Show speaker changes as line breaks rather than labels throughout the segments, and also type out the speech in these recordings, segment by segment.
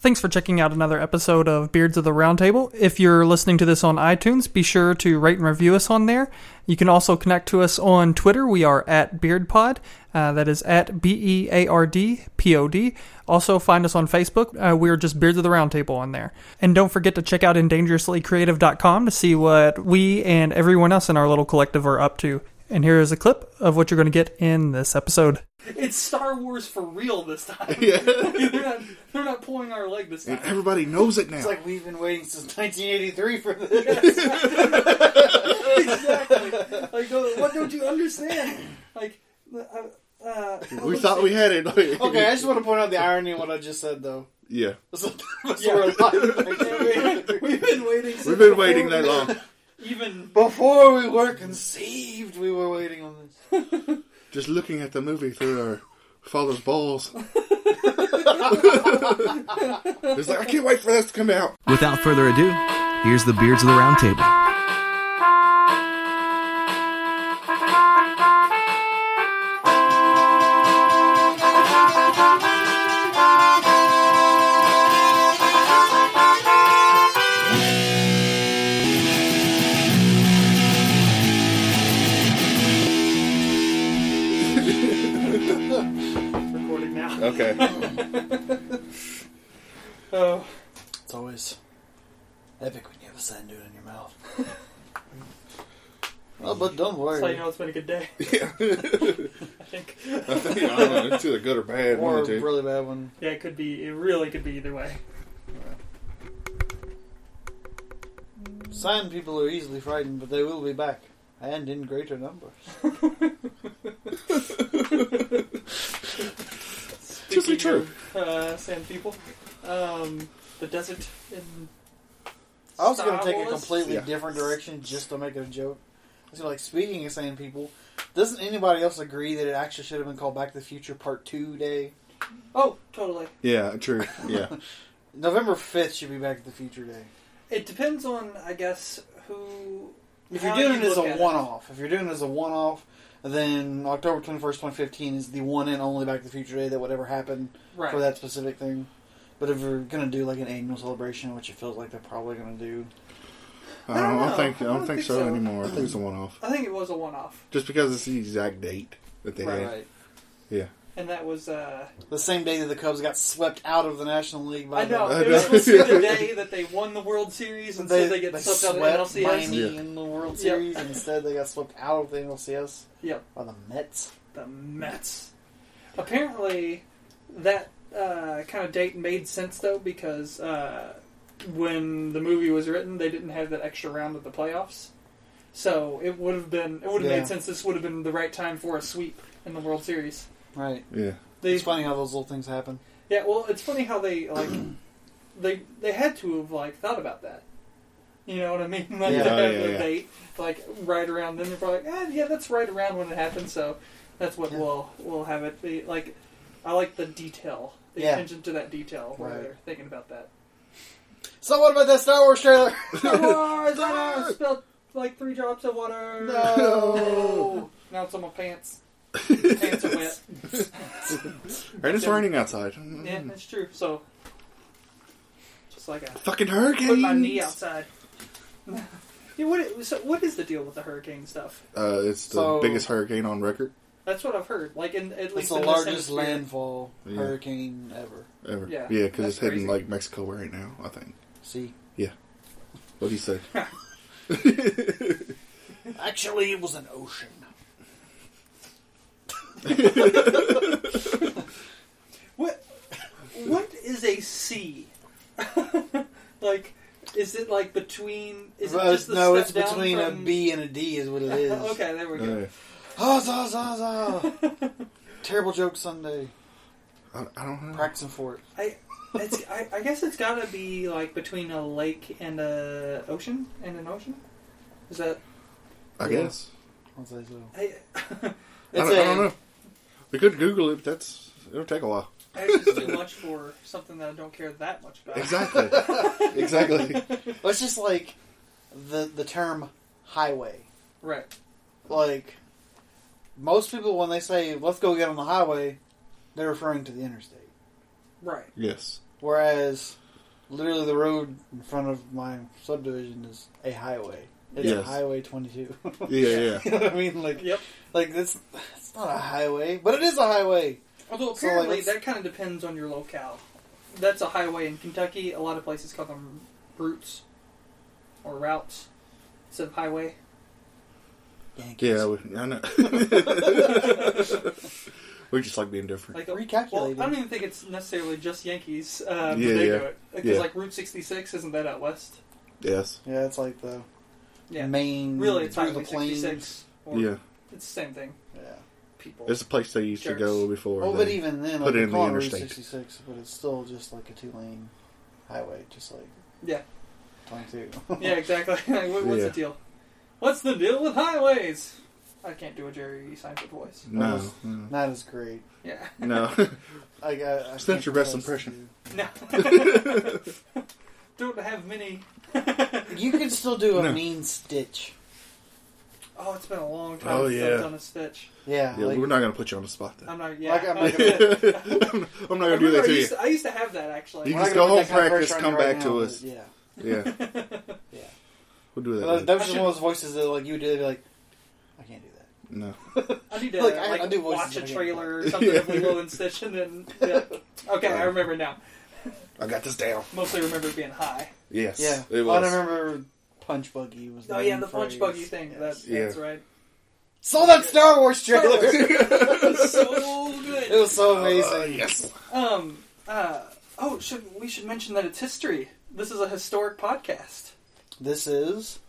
Thanks for checking out another episode of Beards of the Roundtable. If you're listening to this on iTunes, be sure to rate and review us on there. You can also connect to us on Twitter. We are at BeardPod. Uh, that is at B E A R D P O D. Also, find us on Facebook. Uh, we are just Beards of the Roundtable on there. And don't forget to check out endangerouslycreative.com to see what we and everyone else in our little collective are up to. And here is a clip of what you're going to get in this episode. It's Star Wars for real this time. they're, not, they're not pulling our leg this
And everybody knows it now.
It's like we've been waiting since 1983 for this.
Like, what don't you understand? Like, uh, uh,
we thought we had it.
okay, I just want to point out the irony of what I just said, though.
Yeah.
So we're alive.
we've been waiting. Since
We've been waiting that long.
Even
Before we were conceived, we were waiting on this.
Just looking at the movie through our father's balls. it's like, I can't wait for this to come out.
Without further ado, here's the Beards of the Round Table.
recording now.
Okay.
Oh,
It's always epic when you have a sand dune in your mouth. well, but don't
that's how you
worry.
know it's been a good day. I think.
it's either good or
Or
bad. One
a
or two.
really bad one.
Yeah, it could be. It really could be either way.
Sand people are easily frightened, but they will be back. And in greater numbers.
Truthfully
Speaking
true.
of, Uh, sand people. Um, the desert in.
I was going to
Star
take a
Wars?
completely
Yeah.
different direction just to make it a joke. I was gonna, like, speaking of sand people, doesn't anybody else agree that it actually should have been called Back to the Future Part 2 Day?
Oh, totally.
Yeah, true. Yeah.
November 5th should be Back to the Future Day.
It depends on, I guess, who.
If you're
how
doing
you
it as a
look at
one off, if you're doing it as a one off, then October 21st, 2015 is the one and only Back to the Future Day that would ever happen
right?
for that specific thing. But if you're going to do like an annual celebration, which it feels like they're probably going to do,
I don't, I
know.
think, I don't think so, anymore. I think it's a one off.
I think it was a one-off,
Just because it's the exact date that they had.
and that was. Uh,
The same day that the Cubs got swept out of the National League by
I know.
I
It
know.
was supposed to be the day that they won the World Series,
the,
and so they get swept out of the NLCS.
Miami
Yeah.
in the World
Yep.
Series. and Instead, they got swept out of the NLCS
Yep,
by the Mets.
the Mets. Apparently, that uh, kind of date made sense though because uh, when the movie was written, they didn't have that extra round of the playoffs, so it would have been it would have
Yeah.
made sense. This would have been the right time for a sweep in the World Series.
Right.
Yeah.
They
it's funny how those little things happen.
Yeah, well, it's funny how they like they they had to have like thought about that. You know what I mean? Like
Yeah.
to
Oh,
have
yeah,
the
yeah.
date like right around then they're probably like, ah, yeah, that's right around when it happened, so that's what
Yeah.
we'll we'll have it be like I like the detail. The
Yeah.
attention to that detail where
Right.
they're thinking about that.
So what about that Star Wars trailer?
Oh, I spilled like three drops of water.
No.
now it's on my pants. pants are wet.
Mm. And it's raining outside.
Yeah, that's true. So just like a
Fucking hurricane.
put my
Mm.
knee outside. yeah, what, so what is the deal with the hurricane stuff?
Uh, it's the
So-
biggest hurricane on record
That's what I've heard. Like in at
it's
least
the
in this
largest
hemisphere.
landfall
Yeah.
hurricane ever.
ever.
Yeah,
Yeah, because
that's
it's hitting
crazy.
like Mexico right now. I think.
See,
What do you say?
actually, it was an ocean.
What what is a sea? like is it like between? Is it
Well,
just the
no,
step
it's
down
between
from... Oh,
a B and a D, is what it is.
Okay, there we go.
Uh,
Ah, za, za, za. Terrible joke Sunday.
I, I don't know.
Practicing for it.
I. It's, I, I guess it's got to be like between a lake and a ocean and an ocean. Is that
I guess.
I'll say so.
I,
I don't, I don't know. We could Google it, but that's it'll take a while.
I actually just too much for something that I don't care that much about.
Exactly. exactly.
It's just like the the term highway.
Right.
Like most people, when they say "let's go get on the highway," they're referring to the interstate.
Right.
Yes.
Whereas, literally, the road in front of my subdivision is a highway. It's
Yes.
Highway 22.
Yeah, yeah.
you know what I mean? Like,
Yep.
like it's it's not a highway, but it is a highway.
Although
So, like,
apparently
let's-
that kind of depends on your locale. That's a highway in Kentucky. A lot of places call them routes or routes instead of highway.
Yeah, we, I know. we just like being different.
Like a-
Recalculating.
Well, I don't even think it's necessarily just Yankees. Uh,
Yeah,
yeah, they
yeah.
do it because
Yeah.
like Route 66 isn't that out west?
Yes.
Yeah, it's like the
Yeah,
main
really, it's
through the
Highway
plains.
66. Or
Yeah.
it's the same thing.
Yeah.
People.
It's a place they used to go before.
Oh,
Well, but
they-
even then,
put
like,
it
they
in the
call it Route
interstate.
66, but it's still just like a two lane highway, just like
Yeah.
22.
Yeah, exactly. Like, what- What's
Yeah.
the deal? What's the deal with highways? I can't do a Jerry Seinfeld voice.
no, no,
Not as great.
Yeah.
no.
I, I, I
It's
can't
not your best
trust
impression.
No. Don't have many.
You You could still do a
No.
mean stitch.
Oh, it's been a long time
Oh,
since
yeah.
I've done a stitch.
Yeah,
yeah,
like,
we're not gonna put you on the spot. Though.
I'm not. Yeah.
Like, I'm
I'm
not gonna-
not gonna-
I'm, I'm not
I
gonna do that
remember I
to
used
you.
to- I used to have that actually.
You
we're
can
not gonna
just go
put
home,
that kind of
practice,
pressure on
come
you
back to
now,
us.
but Yeah,
Yeah,
yeah.
we'll do that.
That,
later.
that was just one of those voices that like you would be like, I can't do that.
No.
I need to
Like,
like,
I- I do voices
watch a
like that.
trailer or something of Lilo and Stitch, and then yeah. okay, I remember now.
I got this down. Oh,
Mostly remember being high.
Yes.
Yeah,
It
Well,
was.
I remember Punch Buggy was.
Oh yeah,
main
the punch
phrase.
buggy thing.
Yes.
That,
Yeah.
That's right.
Saw that Star Wars trailer. it
It's so good.
was so
Uh,
amazing.
yes.
Um. Uh. Oh, should we should mention that it's history. This is a historic podcast.
This is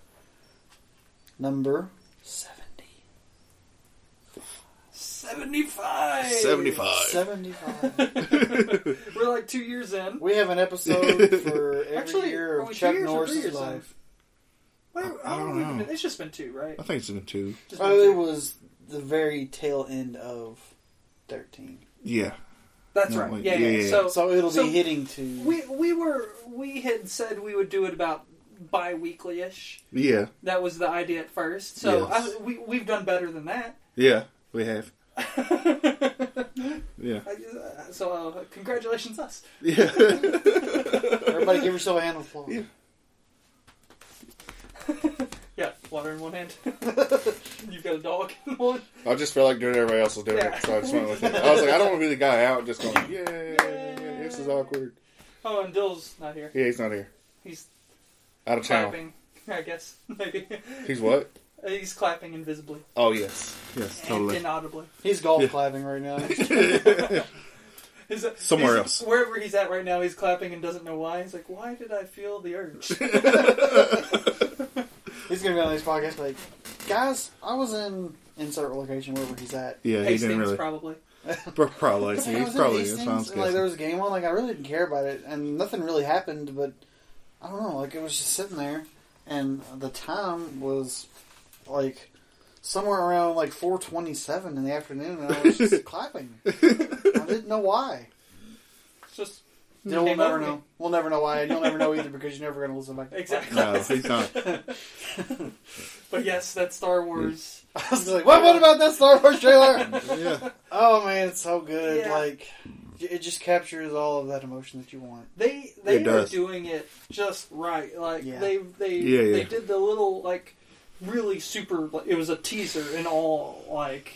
number seventy.
Seventy-five.
Seventy-five.
Seventy-five.
We're like two years in.
we have an episode for every
Actually,
year
are
of
we two
Chuck
years or
Norris's
three years in?
life.
Where,
I
how
don't
long have we
know.
been- It's just been two, right?
I think it's in two.
Just been
Oh,
two.
it was the very tail end of thirteen,
Yeah.
That's
No,
right.
Oh, wait,
yeah,
yeah,
yeah,
yeah.
So,
so it'll
so
be hitting to.
we we were we had said we would do it about bi-weekly ish.
Yeah.
That was the idea at first. So
Yes.
I, we we've done better than that.
Yeah. We have. Yeah.
I- so uh, congratulations us.
Yeah.
Everybody, give yourself a hand of applause.
Yeah.
Yeah, water in one hand. You've got a dog in one.
I just felt like doing everybody else was doing
Yeah.
it, so I just went with it. I was like, I don't want to be the guy out just going, yeah, this is awkward.
Oh, and Dill's not here.
Yeah, he's not here.
He's
Out of town.
clapping. I guess maybe
He's what?
he's clapping invisibly
Oh, yes. Yes,
and inaudibly.
He's golf clapping right now.
He's,
Somewhere
he's-
else.
Wherever he's at right now, he's clapping and doesn't know why. He's like, why did I feel the urge?
He's gonna be on this podcast like, guys, I was in insert location wherever he's at.
Yeah, he
Hastings,
didn't really.
probably.
Pro- Probably.
It's like, I
He's
was
probably.
in these
That's what I'm
things, and, like there
guessing.
was a game on, like I really didn't care about it, and nothing really happened. But I don't know, like it was just sitting there, and the time was like somewhere around like four twenty-seven in the afternoon, and I was just clapping. I didn't know why.
It's just
You know, we'll
Came
never
over
know.
me.
We'll never know why, and you'll never know either because you're never going to listen back. to the
exactly.
No, he's not.
But yes, that's Star Wars.
podcast. I was like, what, what about that Star Wars trailer?
Yeah.
oh man, it's so good.
Yeah.
Like it just captures all of that emotion that you want.
They they
It
are
does.
doing it just right. Like
Yeah.
they they
Yeah, yeah.
they did the little like really super. Like, it was a teaser in all like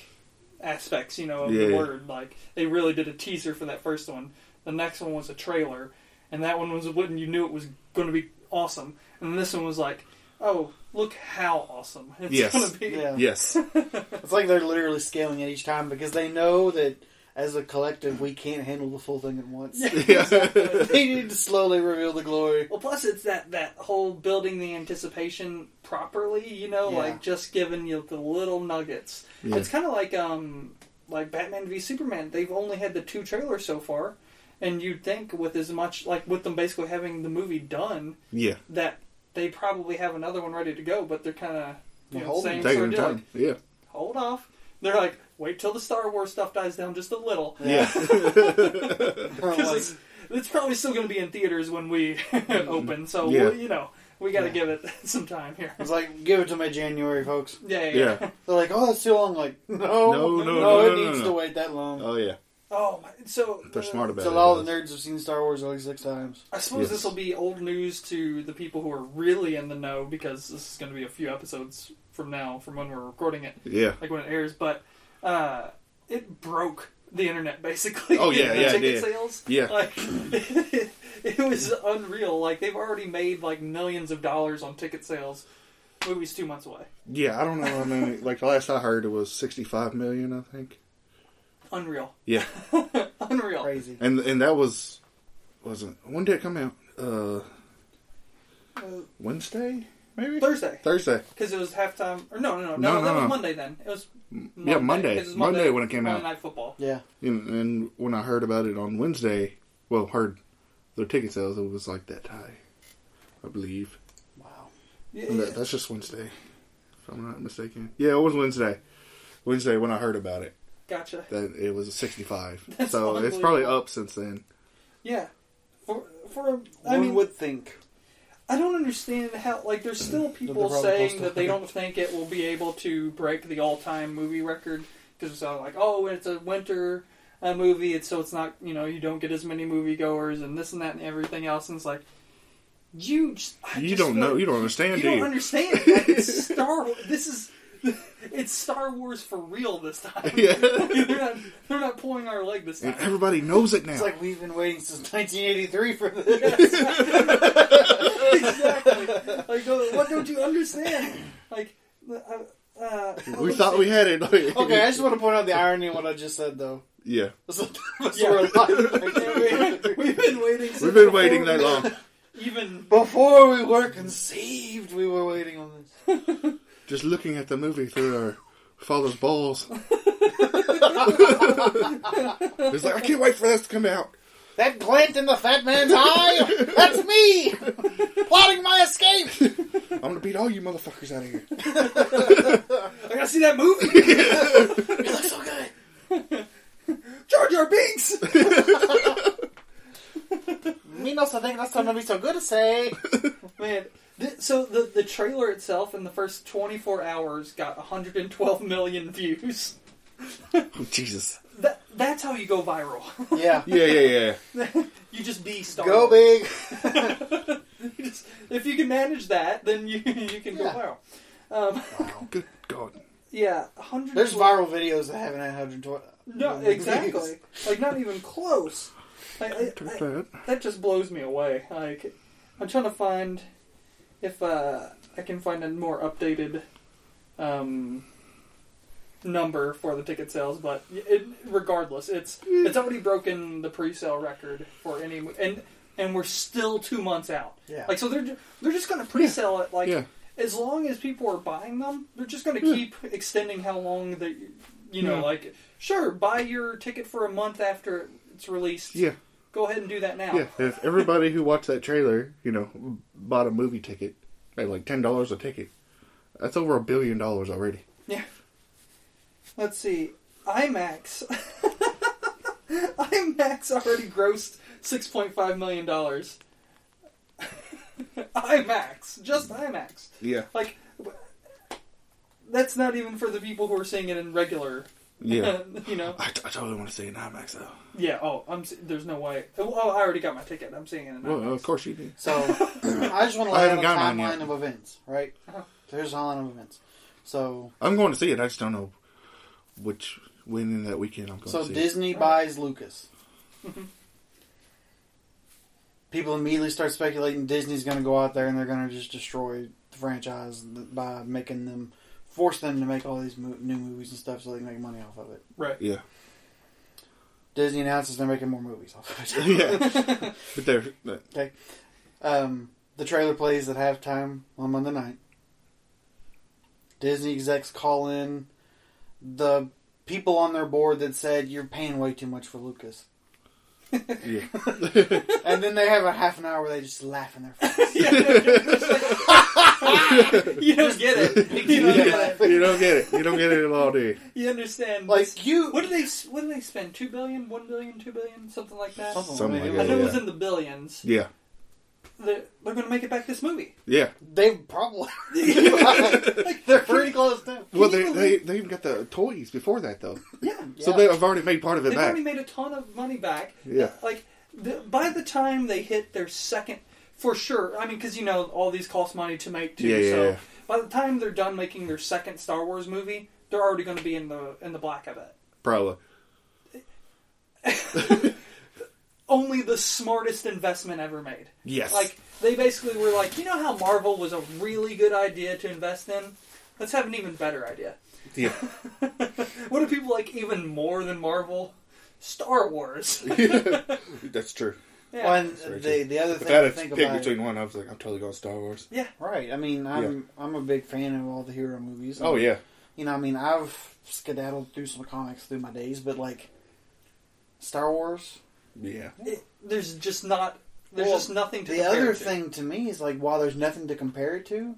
aspects. You know of
Yeah.
the word. Like they really did a teaser for that first one. The next one was a trailer, and that one was when you knew it was going to be awesome. And this one was like, oh look how awesome it's
Yes.
going to be.
Yeah.
Yes.
It's like they're literally scaling it each time because they know that as a collective we can't handle the full thing at once.
Yeah.
they need to slowly reveal the glory.
Well, plus it's that that whole building the anticipation properly, you know,
Yeah.
like just giving you the little nuggets.
Yeah.
It's kind of like um like Batman v Superman. They've only had the two trailers so far, and you'd think with as much like with them basically having the movie done
Yeah.
that they probably have another one ready to go, but they're kind of you
They're
know
holding
same
Take
sort
your
of deal. Like,
time. Yeah.
hold off. They're like wait till the Star Wars stuff dies down just a little.
Yeah.
Or
Because
like,
it's, it's probably still going to be in theaters when we open, so
Yeah.
we, you know we got to
Yeah. Mm-hmm.
give it some time here.
it's like give it to my January folks.
Yeah, yeah.
Yeah.
They're like, oh, that's too long. Like, no,
No, no, no,
it
no,
needs
no.
to wait that long.
Oh, yeah.
Oh, my, so
They're
uh,
smart about
So
it.
all the
guys.
nerds have seen Star Wars like six times.
I suppose
Yes.
this will be old news to the people who are really in the know because this is going to be a few episodes from now, from when we're recording it,
Yeah.
like when it airs. But uh, it broke the internet basically.
Oh, yeah, yeah,
the
it
ticket
did.
sales.
Yeah.
like it, was unreal. Like they've already made like millions of dollars on ticket sales. Movie's two months away.
Yeah, I don't know. I mean, like the last I heard, it was sixty-five million, I think.
Unreal,
Yeah,
unreal.
Crazy.
and and that was wasn't when did it come out? Uh,
Uh,
Wednesday, maybe
Thursday
Thursday.
because it was halftime. Or no, no, no, no,
No,
no, that
no,
was
no.
Monday. Then it was Monday,
Yeah, Monday.
'cause it was
Monday when it came
Monday
out.
Night Football.
Yeah.
And, and when I heard about it on Wednesday, well, heard their ticket sales, it was like that high, I believe.
Wow.
Yeah,
And that- that's just Wednesday, if I'm not mistaken. Yeah, it was Wednesday. Wednesday when I heard about it,
gotcha.
that it was 65.
That's
so it's probably
unbelievable.
up since then.
Yeah. For for I
One
mean,
would think.
I don't understand how like there's still people
roller
saying
coaster.
that they don't think it will be able to break the all-time movie record because it's all like oh it's a winter uh, movie it's so it's not you know you don't get as many moviegoers and this and that and everything else and it's like you just, I
You
just
don't
feel
know.
like-
You don't understand,
you
do
don't
you?
understand like, it's Star Wars this is it's Star Wars for real this time
yeah.
they're not they're not pulling our leg this
And
time
everybody knows it now.
It's like we've been waiting since 1983 for this.
exactly. Like, uh, what don't you understand? Like, uh, uh,
we thought we had it.
okay, I just want to point out the irony of what I just said, though.
yeah.
So
Yeah.
we're lying.
we've been waiting. Since
We've been
before
waiting that
we-
long.
Even
Before we were conceived, we were waiting on this.
Just looking at the movie through our father's balls. it's like, I can't wait for this to come out.
That glint in the fat man's eye? That's me! Plotting my escape!
I'm gonna beat all you motherfuckers out of here.
I gotta see that movie.
It looks so good!
Jar Jar Binks.
Me no se think that's gonna be so good to say.
Man, th- so the the trailer itself in the first 24 hours got 112 million views.
Oh, Jesus.
That that's how you go viral.
Yeah.
Yeah, yeah, yeah.
you just be Star.
Go
Wars.
big!
You just- if you can manage that, then you you can
Yeah.
go viral. Um,
Good God.
yeah, 100.
There's viral videos that haven't had 120.
No, exactly. like not even close. Like, I,
Too
I-
bad.
that just blows me away. Like I'm trying to find if uh, I can find a more updated um, number for the ticket sales, but it, regardless, it's it's already broken the pre-sale record for any mo- and and we're still two months out.
Yeah.
Like so they're ju- they're just going to pre-sell it like
Yeah. Hmm.
as long as people are buying them, they're just going to keep extending how long they, you know,
Yeah.
like sure, buy your ticket for a month after it's released.
Yeah,
Go ahead and do that now.
yeah. If everybody who watched that trailer, you know, bought a movie ticket at like ten dollars a ticket, that's over a billion dollars already.
Yeah. Let's see. IMAX. IMAX already grossed six point five million dollars. IMAX, just IMAX.
Yeah,
Like, that's not even for the people who are seeing it in regular.
yeah.
you know.
I, I totally want to see an IMAX though.
Yeah. Oh, I'm. s- There's no way. Oh, oh, I already got my ticket. I'm seeing it. in
Well,
IMAX.
of course you do.
So I just want to
I
lay out
haven't
a
got mine
timeline
yet.
of events, right? There's a timeline of events. So
I'm going to see it. I just don't know which when in that weekend I'm going
so
to see. it.
Disney buys Lucas. People immediately start speculating Disney's going to go out there and they're going to just destroy the franchise by making them force them to make all these mo- new movies and stuff so they can make money off of it.
Right.
Yeah,
Disney announces they're making more movies off of it.
yeah. but uh, there, but
Okay. Um, the trailer plays at halftime on Monday night. Disney execs call in the people on their board that said you're paying way too much for Lucas,
yeah,
and then they have a half an hour where they just laugh in their face.
You don't get it. You, don't get it.
you don't get it. You don't get it at all, do you?
you understand?
like you,
what do they? s- What do they spend? Two billion? One billion? Two billion? Something like that.
Something
Something
like
like
Oh, I
that,
know it was
yeah.
in the billions.
Yeah,
they're, they're going to make it back this movie.
Yeah.
They probably like they're pretty close now.
Well, they, they they even got the toys before that though,
Yeah.
so
Yeah.
they have already made part of it
They've
back.
already made a ton of money back.
Yeah.
Like, the, by the time they hit their second, for sure, I mean, because you know, all these cost money to make too.
Yeah, yeah,
so
yeah.
by the time they're done making their second Star Wars movie, they're already going to be in the in the black of it.
Probably.
Only the smartest investment ever made.
Yes.
Like, they basically were like, you know how Marvel was a really good idea to invest in? Let's have an even better idea.
Yeah.
What do people like even more than Marvel? Star Wars.
That's true.
Yeah.
Well, and
very
the, the other
If
thing
I had
to
to
think
pick
about.
between one, I was like, I'm totally going Star Wars.
yeah.
Right. I mean, I'm I'm a big fan of all the hero movies.
Oh yeah.
You know, I mean, I've skedaddled through some comics through my days, but like Star Wars.
Yeah.
it, there's just not there's
Well,
just nothing to
The
compare
other
it to.
thing to me is like, while there's nothing to compare it to,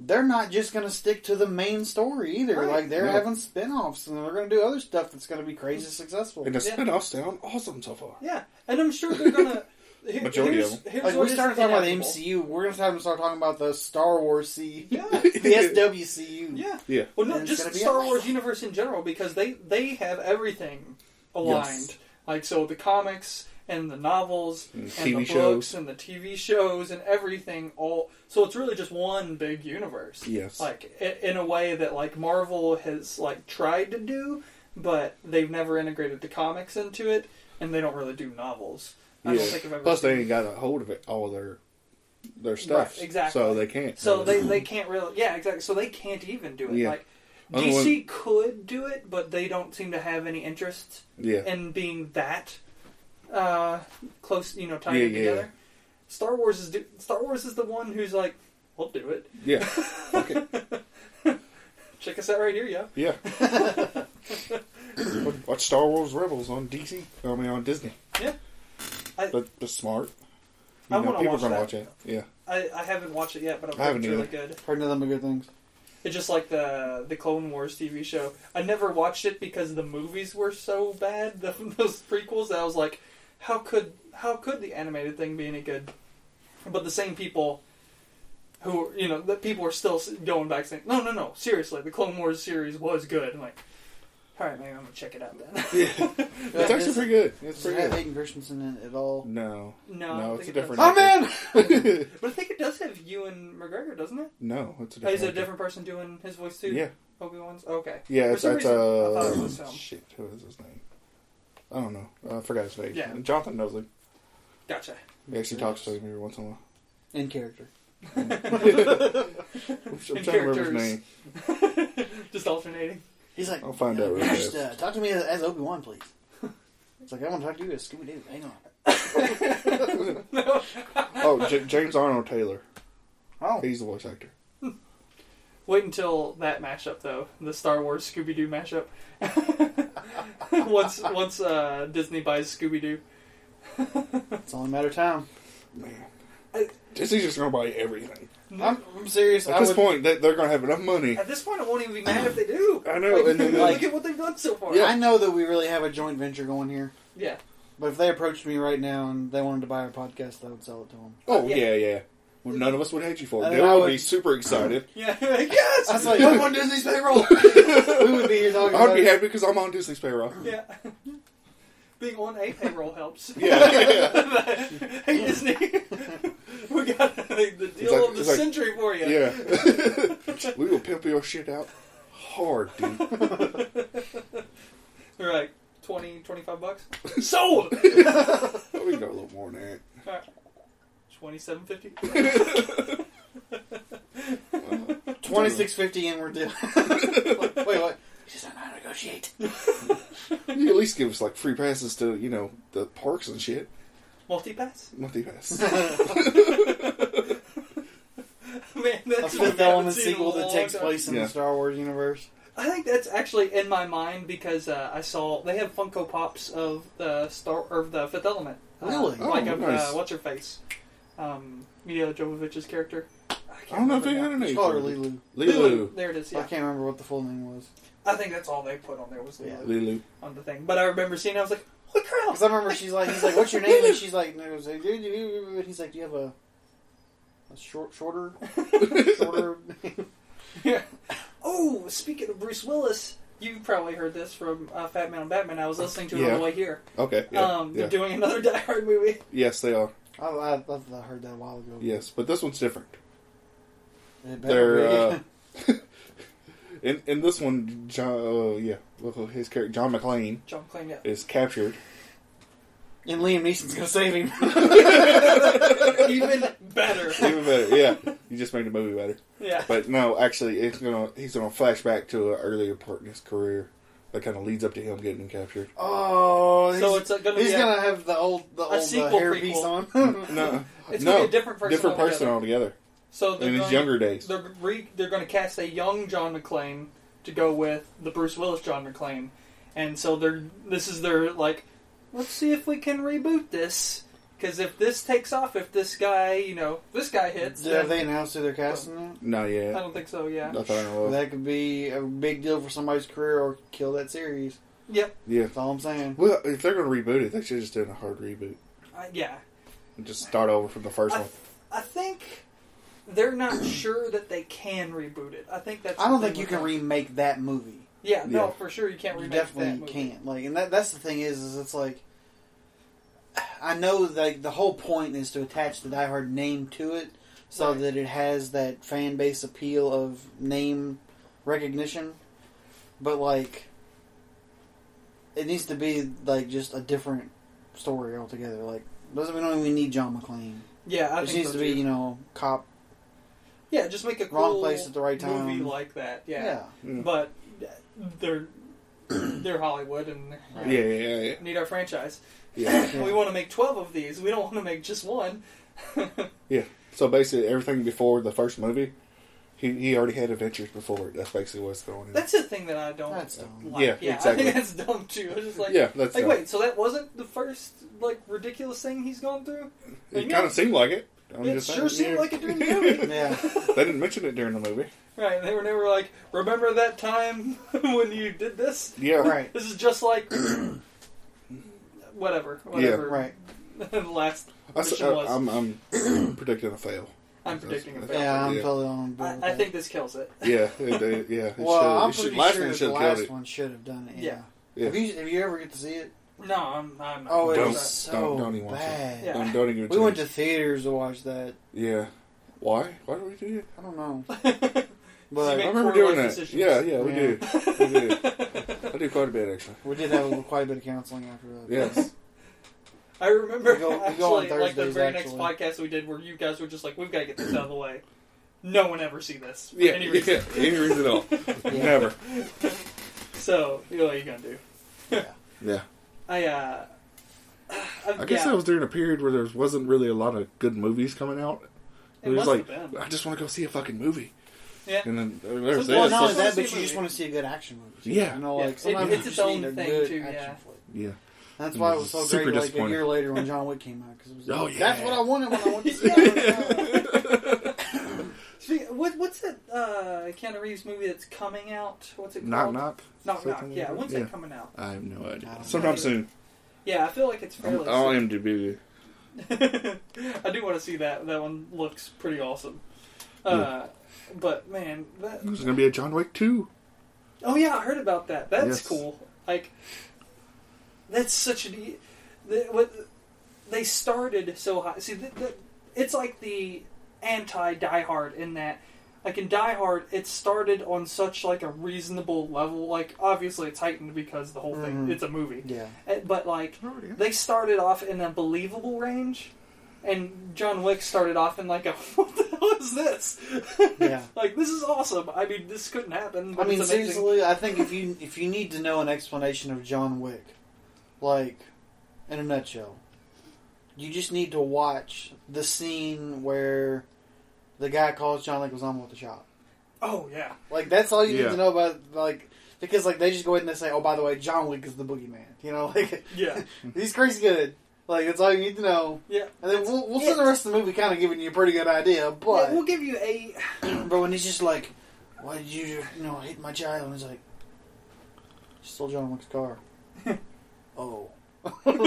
they're not just going to stick to the main story either.
Right.
Like they're
No.
having spin-offs and they're going to do other stuff that's going to be crazy successful.
And the
Yeah.
spin-offs sound awesome so far.
yeah and i'm sure they're gonna here,
Majority
here's,
of
here's
like
what
we
is
started talking about the
inevitable.
MCU, we're going to have to start talking about the Star Wars CU,
yeah
the SWCU.
yeah
Yeah.
well no
And it's
just
gonna be
star
amazing.
wars universe in general because they they have everything aligned like so the comics and the novels and,
TV
the books
shows.
and the tv shows and everything all so it's really just one big universe
Yes.
like i- in a way that like marvel has like tried to do but they've never integrated the comics into it and they don't really do novels i
yeah.
don't think i've ever
Plus, they ain't got a hold of it all their their stuff.
exactly.
So they can't.
so they, they can't really yeah exactly so they can't even do it
Yeah.
like
I don't
dc could do it but they don't seem to have any interest
yeah.
in being that uh close you know tied
Yeah,
it
yeah.
together star wars is do- star wars is the one who's like we'll do it
yeah. Okay.
check us out right here yeah
Yeah. Watch Star Wars Rebels on DC. I mean on Disney.
yeah
But that's smart.
I
You know,
wanna
people
watch
gonna
that.
watch it. Yeah.
i i haven't watched it yet but
I
i'm
haven't
it's really
either.
good
Heard nothing but good things.
it's just like the the clone wars tv show i never watched it because the movies were so bad the, those prequels that i was like how could how could the animated thing be any good but the same people who you know the people are still s- going back saying no no no seriously the clone wars series was good I'm like all right maybe i'm gonna check it out then
It's actually pretty good. It's
Does it
pretty
have
good.
Hayden Christensen in it at all?
No.
no, I
No,
don't
it's
think
a
it does.
different- I'm
in!
but i think it does have ewan mcgregor doesn't it
No, it's a
Oh,
different.
is it a different person doing his voice too
Yeah.
obi-wan's okay
Yeah,
For
it's,
some
it's
reason,
uh,
I thought it was him.
shit. Who is his name? I don't know. I forgot his name.
Yeah.
Jonathan knows him.
gotcha
He actually talks to him every once in a while.
in character.
I'm, I'm trying
And
to remember his
characters.
name.
just alternating
He's like,
I'll find
"Yeah,
out real
just,
fast.
uh, talk to me as, as Obi Wan, please. It's like I want to talk to you as Scooby Doo. Hang on.
Oh, J- James Arnold Taylor.
Oh,
He's the voice actor.
Wait until that mashup though, the Star Wars Scooby Doo mashup. once once uh, Disney buys Scooby Doo,
it's only a matter of time.
Man,
I-
Disney's just gonna buy everything.
I'm, I'm serious.
At
I
this
would,
point, they, they're gonna have enough money.
at this point, I won't even be mad if they do.
I know,
Like,
and then-
look at what they've done so far.
I know that we really have a joint venture going here,
yeah.
but if they approached me right now and they wanted to buy our podcast, I would sell it to them.
Oh
Yeah. Uh,
yeah, yeah. Well, none of us would hate you for it.
And
They
I
would
would-
be super excited.
Yeah. yes.
That's like
I'm
I'm
on
on Disney's payroll. we would be here talking
I'd
about
be
it.
happy because I'm on Disney's payroll.
yeah. Being on a payroll helps.
Yeah,
hey Disney, we got the, the deal
like-
of the
it's like-
century for you.
yeah. we will pimp your shit out hard, dude.
They're like 20, 25 bucks. Sold.
we can go a little more than that.
Twenty-seven fifty.
Twenty six fifty, and we're done. Like, wait, what? We just don't know how to negotiate.
You at least give us like free passes to you know the parks and shit.
Multi pass.
Monthly pass.
Man,
A
that's one
fifth
we haven't
element
seen in a
sequel that
long
takes
time.
place in
Yeah.
the Star Wars universe.
I think that's actually in my mind because uh, I saw they have Funko Pops of the Star or of the Fifth Element. Uh,
Really?
Oh,
like of
nice.
uh, what's her face, um, Mila Jovovich's character. can't
I don't know if
remember
they had
now.
an
It's
name.
called her
for it.
Lilu.
Lilu.
There it is.
I
Yeah,
can't remember what the full name was.
I think that's all they put on there was Lilo
Lilu.
on the thing. But I remember seeing, it, I was like, "Holy crap!"
Because I remember she's like, he's like, what's your name? And she's like, no, it's like, "Do you-" and he's like, do you have a A short, shorter, shorter.
Oh, speaking of Bruce Willis, you probably heard this from uh, Fat Man on Batman. I was listening to it on
Yeah.
the way here.
Okay. Yeah,
um,
yeah.
They're doing another Die Hard movie.
yes, they are.
I, I, I heard that a while ago.
Yes, but this one's different.
It better
They're
be.
uh, in in this one, John. Uh, yeah, look, his character John McClane
John Clean up.
is captured.
and Liam Neeson's gonna save him.
Even better.
Even better. Yeah, you just made the movie better.
Yeah.
But no, actually, it's gonna he's gonna flash back to an earlier part in his career that kind of leads up to him getting captured.
oh, he's,
So it's uh, gonna
he's
be a-
gonna have the old the old uh,
sequel
hair
prequel.
piece on.
No,
It's
no,
gonna be a different person
different person altogether
so they're
in his
going-
younger days.
They're re- they're going to cast a young John McClane to go with the Bruce Willis John McClane, and so they're this is their like, let's see if we can reboot this because if this takes off, if this guy you know this guy hits,
yeah,
then-
they announced who they're casting. It.
Not
I
yet.
don't think so. Yeah,
Not that I know of.
That could be a big deal for somebody's career or kill that series.
yep,
Yeah.
That's all I'm saying.
Well, if they're gonna reboot it, they should just do a hard reboot
I, yeah.
and just start over from the first
I,
one.
I think they're not sure that they can reboot it. I think that's.
I don't
the
think
thing
you can
with that.
remake that movie.
Yeah, no,
Yeah.
for sure you can't
You
remake that
definitely
movie.
can't. Like, and that, that's the thing is, is it's like I know like the whole point is to attach the Die Hard name to it, so
Right.
that it has that fan base appeal of name recognition. But like, it needs to be like just a different story altogether. Like, doesn't we don't even need John McClane.
Yeah, I
It
think
needs
so
to be
too.
you know cop.
yeah, just make a
wrong
cool
place at the right time.
movie like that.
Yeah.
yeah. but they're they're Hollywood and
Yeah, yeah, yeah, yeah.
need our franchise.
yeah.
We want to make twelve of these. We don't want to make just one.
So basically, everything before the first movie, he, he already had adventures before it. That's basically what's going on.
That's the thing that I don't
That's dumb.
like.
Yeah,
Yeah,
exactly.
I think that's dumb too. It's just like
yeah, that's
like
uh,
wait, so that wasn't the first like ridiculous thing he's gone through?
It kind of seemed like it. I'm
It
just saying.
sure seemed like it during the movie.
Yeah,
they didn't mention it during the movie.
right, they were never like, remember that time when you did this?
Yeah,
right,
This is just like whatever, whatever.
right.
the last
I, s- uh,
mission was.
I'm, I'm predicting a fail.
I'm predicting a fail.
Yeah, I'm
Yeah.
totally on board. with
I, I
that.
think this kills it.
Yeah, it, it, yeah. It
Well, I'm
should,
pretty
it should, last
sure
one
the
should
last
have killed
one should have done it. Yeah.
Yeah.
Yeah.
Have you have you ever get to see it?
No, I'm, I'm not.
Oh, it
Don't.
was so
don't- don't even watch it.
bad.
it.
Yeah.
Don't, don't even.
We went to
attempt.
theaters to watch that.
Yeah. Why? Why did we do that?
I don't know,
You
I
made
but
remember
poor
doing that.
life decisions.
Yeah, yeah, we
Yeah.
do. We do. I do quite a bit actually.
we did have a little- quite a bit of counseling after that.
Yes.
I remember
We go- we
actually,
go on
like the
Thursdays,
very
actually.
next podcast we did, where you guys were just like, "We've got to get this out of the way." No one ever see this. for
Yeah.
any
Any
reason.
yeah. Any reason at all?
Yeah.
Never.
So you know what you gonna do?
Yeah.
I uh,
I guess
yeah,
that was during a period where there wasn't really a lot of good movies coming out.
It
It, was
must
like,
have been.
I just want to go see a fucking movie.
Yeah.
And then uh, there's
Well,
Well, not
this.
only
no, it's-
that, but
it's-
you just want to see a good action movie.
Yeah.
you know,
Yeah.
like
It-
sometimes
it's
you
its
just
own
need a
thing,
good
too,
action
yeah.
flick.
yeah.
That's
It
why it was
was
so
Mm-hmm. super
great. Like a
disappointing.
year later, when John Wick came out, because it was like,
Oh, yeah.
that's what I wanted when I went to see it.
Speak- What, what's that uh, Keanu Reeves movie that's coming out? What's it
Knock
called?
knock.
Knock Knock.
Something
Yeah,
like
when's
that?
that coming out?
I have no
I
idea.
don't
Sometime
know.
soon.
Yeah, I feel like it's
I'm,
fairly.
I'll
soon.
IMDb.
I do want to see that. That one looks pretty awesome. Uh, But man, that,
There's gonna be a John Wick two.
Oh yeah, I heard about that. That's
Yes.
cool. Like, that's such an. e- The, what they started so high. See, the, the, it's like the anti Die Hard in that. Like in Die Hard, it started on such like a reasonable level. Like obviously, it's heightened because the whole thing.
Mhm.
It's a movie,
yeah,
Uh, but like
Oh,
they started off in a believable range, and John Wick started off in like a what the hell is this?
yeah.
like this is awesome. I mean, this couldn't happen.
I
but
mean,
it's amazing.
seriously, I think if you if you need to know an explanation of John Wick, like in a nutshell, you just need to watch the scene where the guy calls John Wick was on with the shop.
Oh yeah.
Like that's all you
Yeah.
need to know about like because like they just go ahead and they say, oh by the way, John Wick is the boogeyman. You know, like
Yeah,
he's crazy good. Like that's all you need to know.
yeah.
And then we'll, we'll spend the rest of the movie kind of giving you a pretty good idea, but
yeah, we'll give you a.
But when he's just like, "Why did you, you know, hit my child?" and he's like, "Stole John Wick's car." oh, like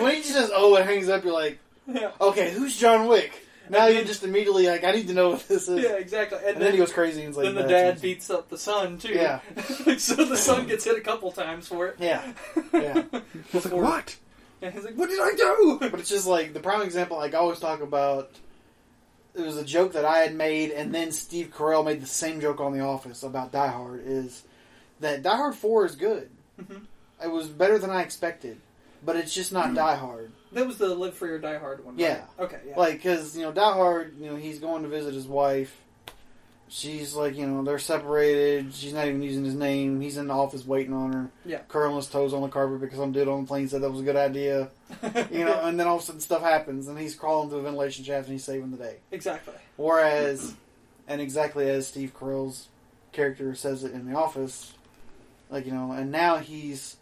when he just says "oh" and hangs up, you're like,
Yeah.
Okay, who's John Wick? Now
And
you're
then-
just immediately like, I need to know what this is.
Yeah, exactly. And,
And then he goes crazy. And he's like,
then the
"Nah,
dad
it's-
beats up the son too.
Yeah.
so the son gets hit a couple times for it.
Yeah, yeah.
He's like,
Or-
what?
And he's like, "What did I do?"
But it's just like the prime example. Like I always talk about. It was a joke that I had made, and then Steve Carell made the same joke on The Office about Die Hard. Is that Die Hard Four is good?
Mhm.
It was better than I expected, but it's just not Die Hard.
That was the Live Free or Die Hard one. right?
Yeah.
Okay. Yeah.
Like, because you know, Die Hard. You know, he's going to visit his wife. She's like, you know, they're separated. She's not even using his name. He's in the office waiting on her.
Yeah.
curling his toes on the carpet because some dude on the plane said that was a good idea. You know, and then all of a sudden stuff happens, and he's crawling through a ventilation shaft and he's saving the day.
exactly.
Whereas, and exactly as Steve Carell's character says it in The Office, like, you know, and now he's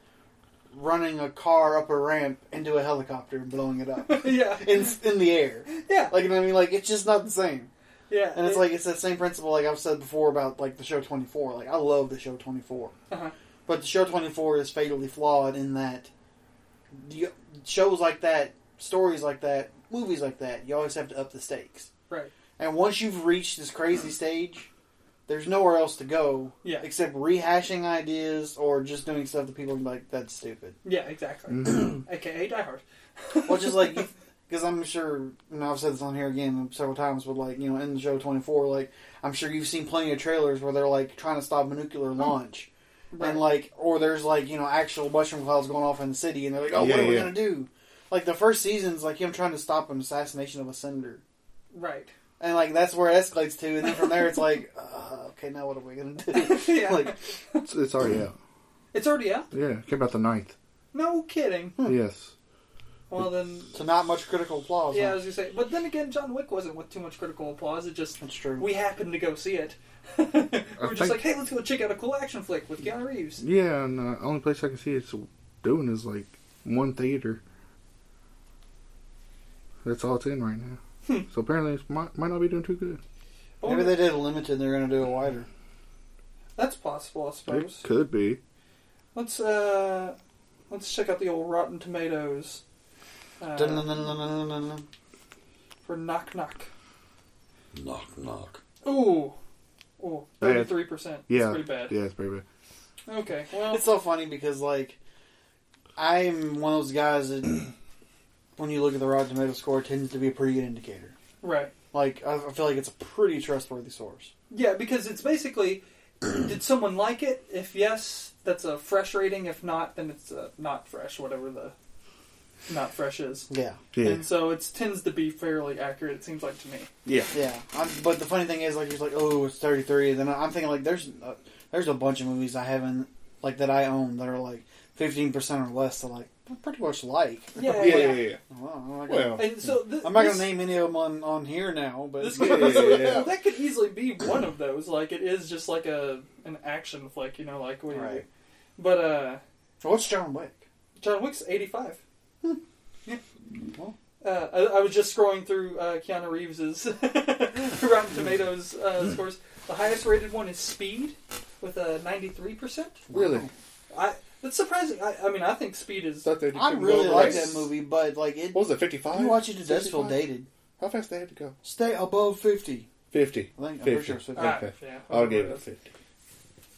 running a car up a ramp into a helicopter and blowing it up
yeah.
in, in the air.
Yeah.
Like, you know what I mean? Like, it's just not the same.
Yeah.
And it's
it-
like, it's that same principle, like I've said before about, like, the show 24. Like, I love the show 24.
Uh-huh.
But the show 24 is fatally flawed in that you, shows like that, stories like that, movies like that, you always have to up the stakes.
Right.
And once you've reached this crazy stage, there's nowhere else to go
Yeah.
except rehashing ideas or just doing stuff that people are like, that's stupid.
Yeah. Exactly. AKA Die Hard.
Well, just like, because I'm sure, you know, I've said this on here again several times, but like, you know, in the show 24, like, I'm sure you've seen plenty of trailers where they're like trying to stop a nuclear launch.
Oh. Right.
And like, or there's like, you know, actual mushroom clouds going off in the city and they're like, oh,
Yeah,
what are we
yeah.
going to do? Like, the first season's like him trying to stop an assassination of a senator.
Right.
And like that's where it escalates to, and then from there it's like, uh, okay, now what are we gonna do?
Yeah.
Like,
It's, it's already out.
It's already out.
Yeah, it came out the 9th.
No kidding.
Yes.
Well then.
so not much critical applause.
Yeah, I
huh?
was gonna say, but then again, John Wick wasn't with too much critical applause. It just
that's true.
we happened to go see it. we were just
think-
like, hey, let's go check out a cool action flick with Keanu Reeves.
Yeah, and the only place I can see it's doing is like one theater. That's all it's in right now.
Hmm.
So apparently it might, might not be doing too good.
I
Maybe
wonder-
they did a limited, they're gonna do a wider.
That's possible, I
It
suppose.
could be.
Let's uh, let's check out the old Rotten Tomatoes uh,
Dun-dun-dun-dun-dun-dun-dun.
for Knock Knock.
Knock, knock.
Ooh, ooh,
Yeah.
thirty-three percent.
Yeah.
pretty bad.
Yeah, it's pretty bad.
Okay, well,
It's so funny because like I'm one of those guys that when you look at the Rotten Tomato score, it tends to be a pretty good indicator.
right.
Like I I feel like it's a pretty trustworthy source.
Yeah, because it's basically, did someone like it? If yes, that's a fresh rating. If not, then it's a not fresh, whatever the not fresh is.
Yeah,
Yeah.
And so it tends to be fairly accurate. It seems like to me.
Yeah.
yeah. I'm, but the funny thing is, like, it's like, oh, it's 33, and then I'm thinking like, there's uh, there's a bunch of movies I haven't like that I own that are like 15 percent or less that like I pretty much like.
Yeah,
Yeah, yeah, yeah.
Wow, I got-
Well,
And so th-
I'm not
this-
gonna name any of them on, on here now, but
This
Yeah,
could
yeah,
easily,
yeah.
that could easily be one of those. Like it is just like a an action flick, you know, like we.
Right.
But uh,
what's John Wick?
John Wick's eighty five. Yeah.
Well.
Uh, I, I was just scrolling through uh, Keanu Reeves's Rotten Tomatoes uh, scores. The highest rated one is Speed, with a ninety three percent.
Really?
I that's surprising. I, I mean, I think Speed is.
Thought they
I
couldn't
really
go
like
over
that
it.
movie, but like it,
What was it, 55?
you watch it, it does
65?
feel dated.
How fast they had to go?
Stay above 50.
50.
I think I'm pretty
50.
sure it's 50.
Ah,
Okay.
yeah,
I'll give it a 50.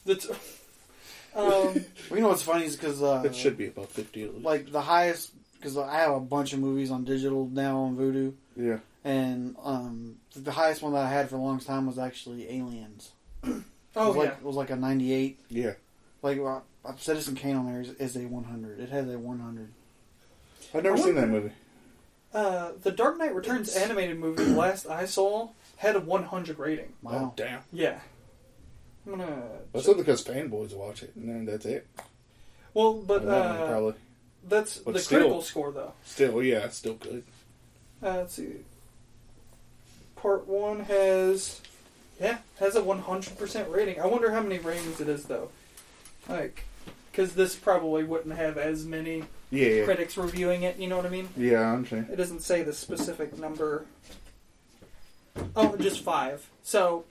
That's, um,
Well, you know what's funny is because uh,
It should be about 50 at least.
like the highest because I have a bunch of movies on digital now on Vudu,
yeah.
and um, the highest one that I had for the longest time was actually Aliens. it
oh
was
yeah,
like it was like a 98.
Yeah.
Like well, I- Citizen Kane on there is, is a 100. It has a 100.
I've never
I
seen that movie.
Uh, the Dark Knight Returns animated movie, The Last I Saw, had a 100 rating.
Wow.
Oh, damn.
Yeah. I'm gonna.
That's only because fanboys watch it, and then that's it.
Well, but
And that one
uh,
probably.
that's
But
the
still-
critical score, though.
Still, yeah, it's still good.
Uh, let's see. Part 1 has. Yeah, has a 100% rating. I wonder how many ratings it is, though. Like. Because this probably wouldn't have as many
Yeah, yeah.
critics reviewing it, you know what I mean?
Yeah, I understand.
It doesn't say the specific number. Oh, just five. So,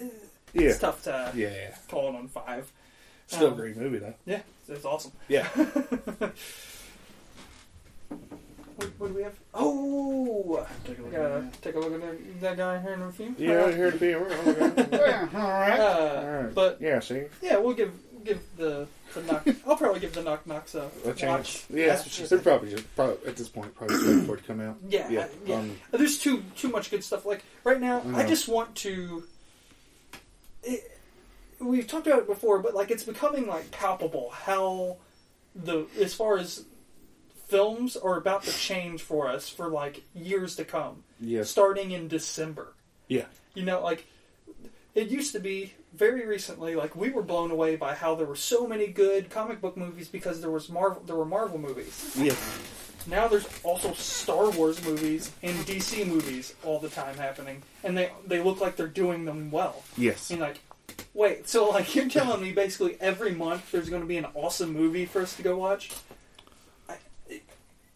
Yeah.
it's tough to.
Yeah, yeah.
call it on five.
Still
Um,
a great movie, though.
Yeah, it's awesome.
Yeah.
What, what do we have? Oh,
Take a
I
look
gotta
at
take a look at that, that guy here in a few.
Yeah, here to be a room.
that. Yeah, Alright.
Uh,
Alright.
but
Yeah, see?
yeah, we'll give give the the knock. I'll probably give the knock knocks a
A
watch.
chance. Yeah,
That's what she
they're
said.
probably just, probably, at this point, probably waiting for it to come out.
Yeah, uh,
Yeah.
yeah.
Um,
There's too too much good stuff. Like right now,
I
I,
know.
just want to. It, we've talked about it before, but like it's becoming like palpable how the as far as films are about to change for us for like years to come,
yeah.
starting in December.
Yeah.
You know, like it used to be very recently. Like we were blown away by how there were so many good comic book movies because there was Marvel. There were Marvel movies.
Yeah.
Now there's also Star Wars movies and DC movies all the time happening, and they they look like they're doing them well.
Yes.
And like, wait, so like you're telling me basically every month there's going to be an awesome movie for us to go watch, I,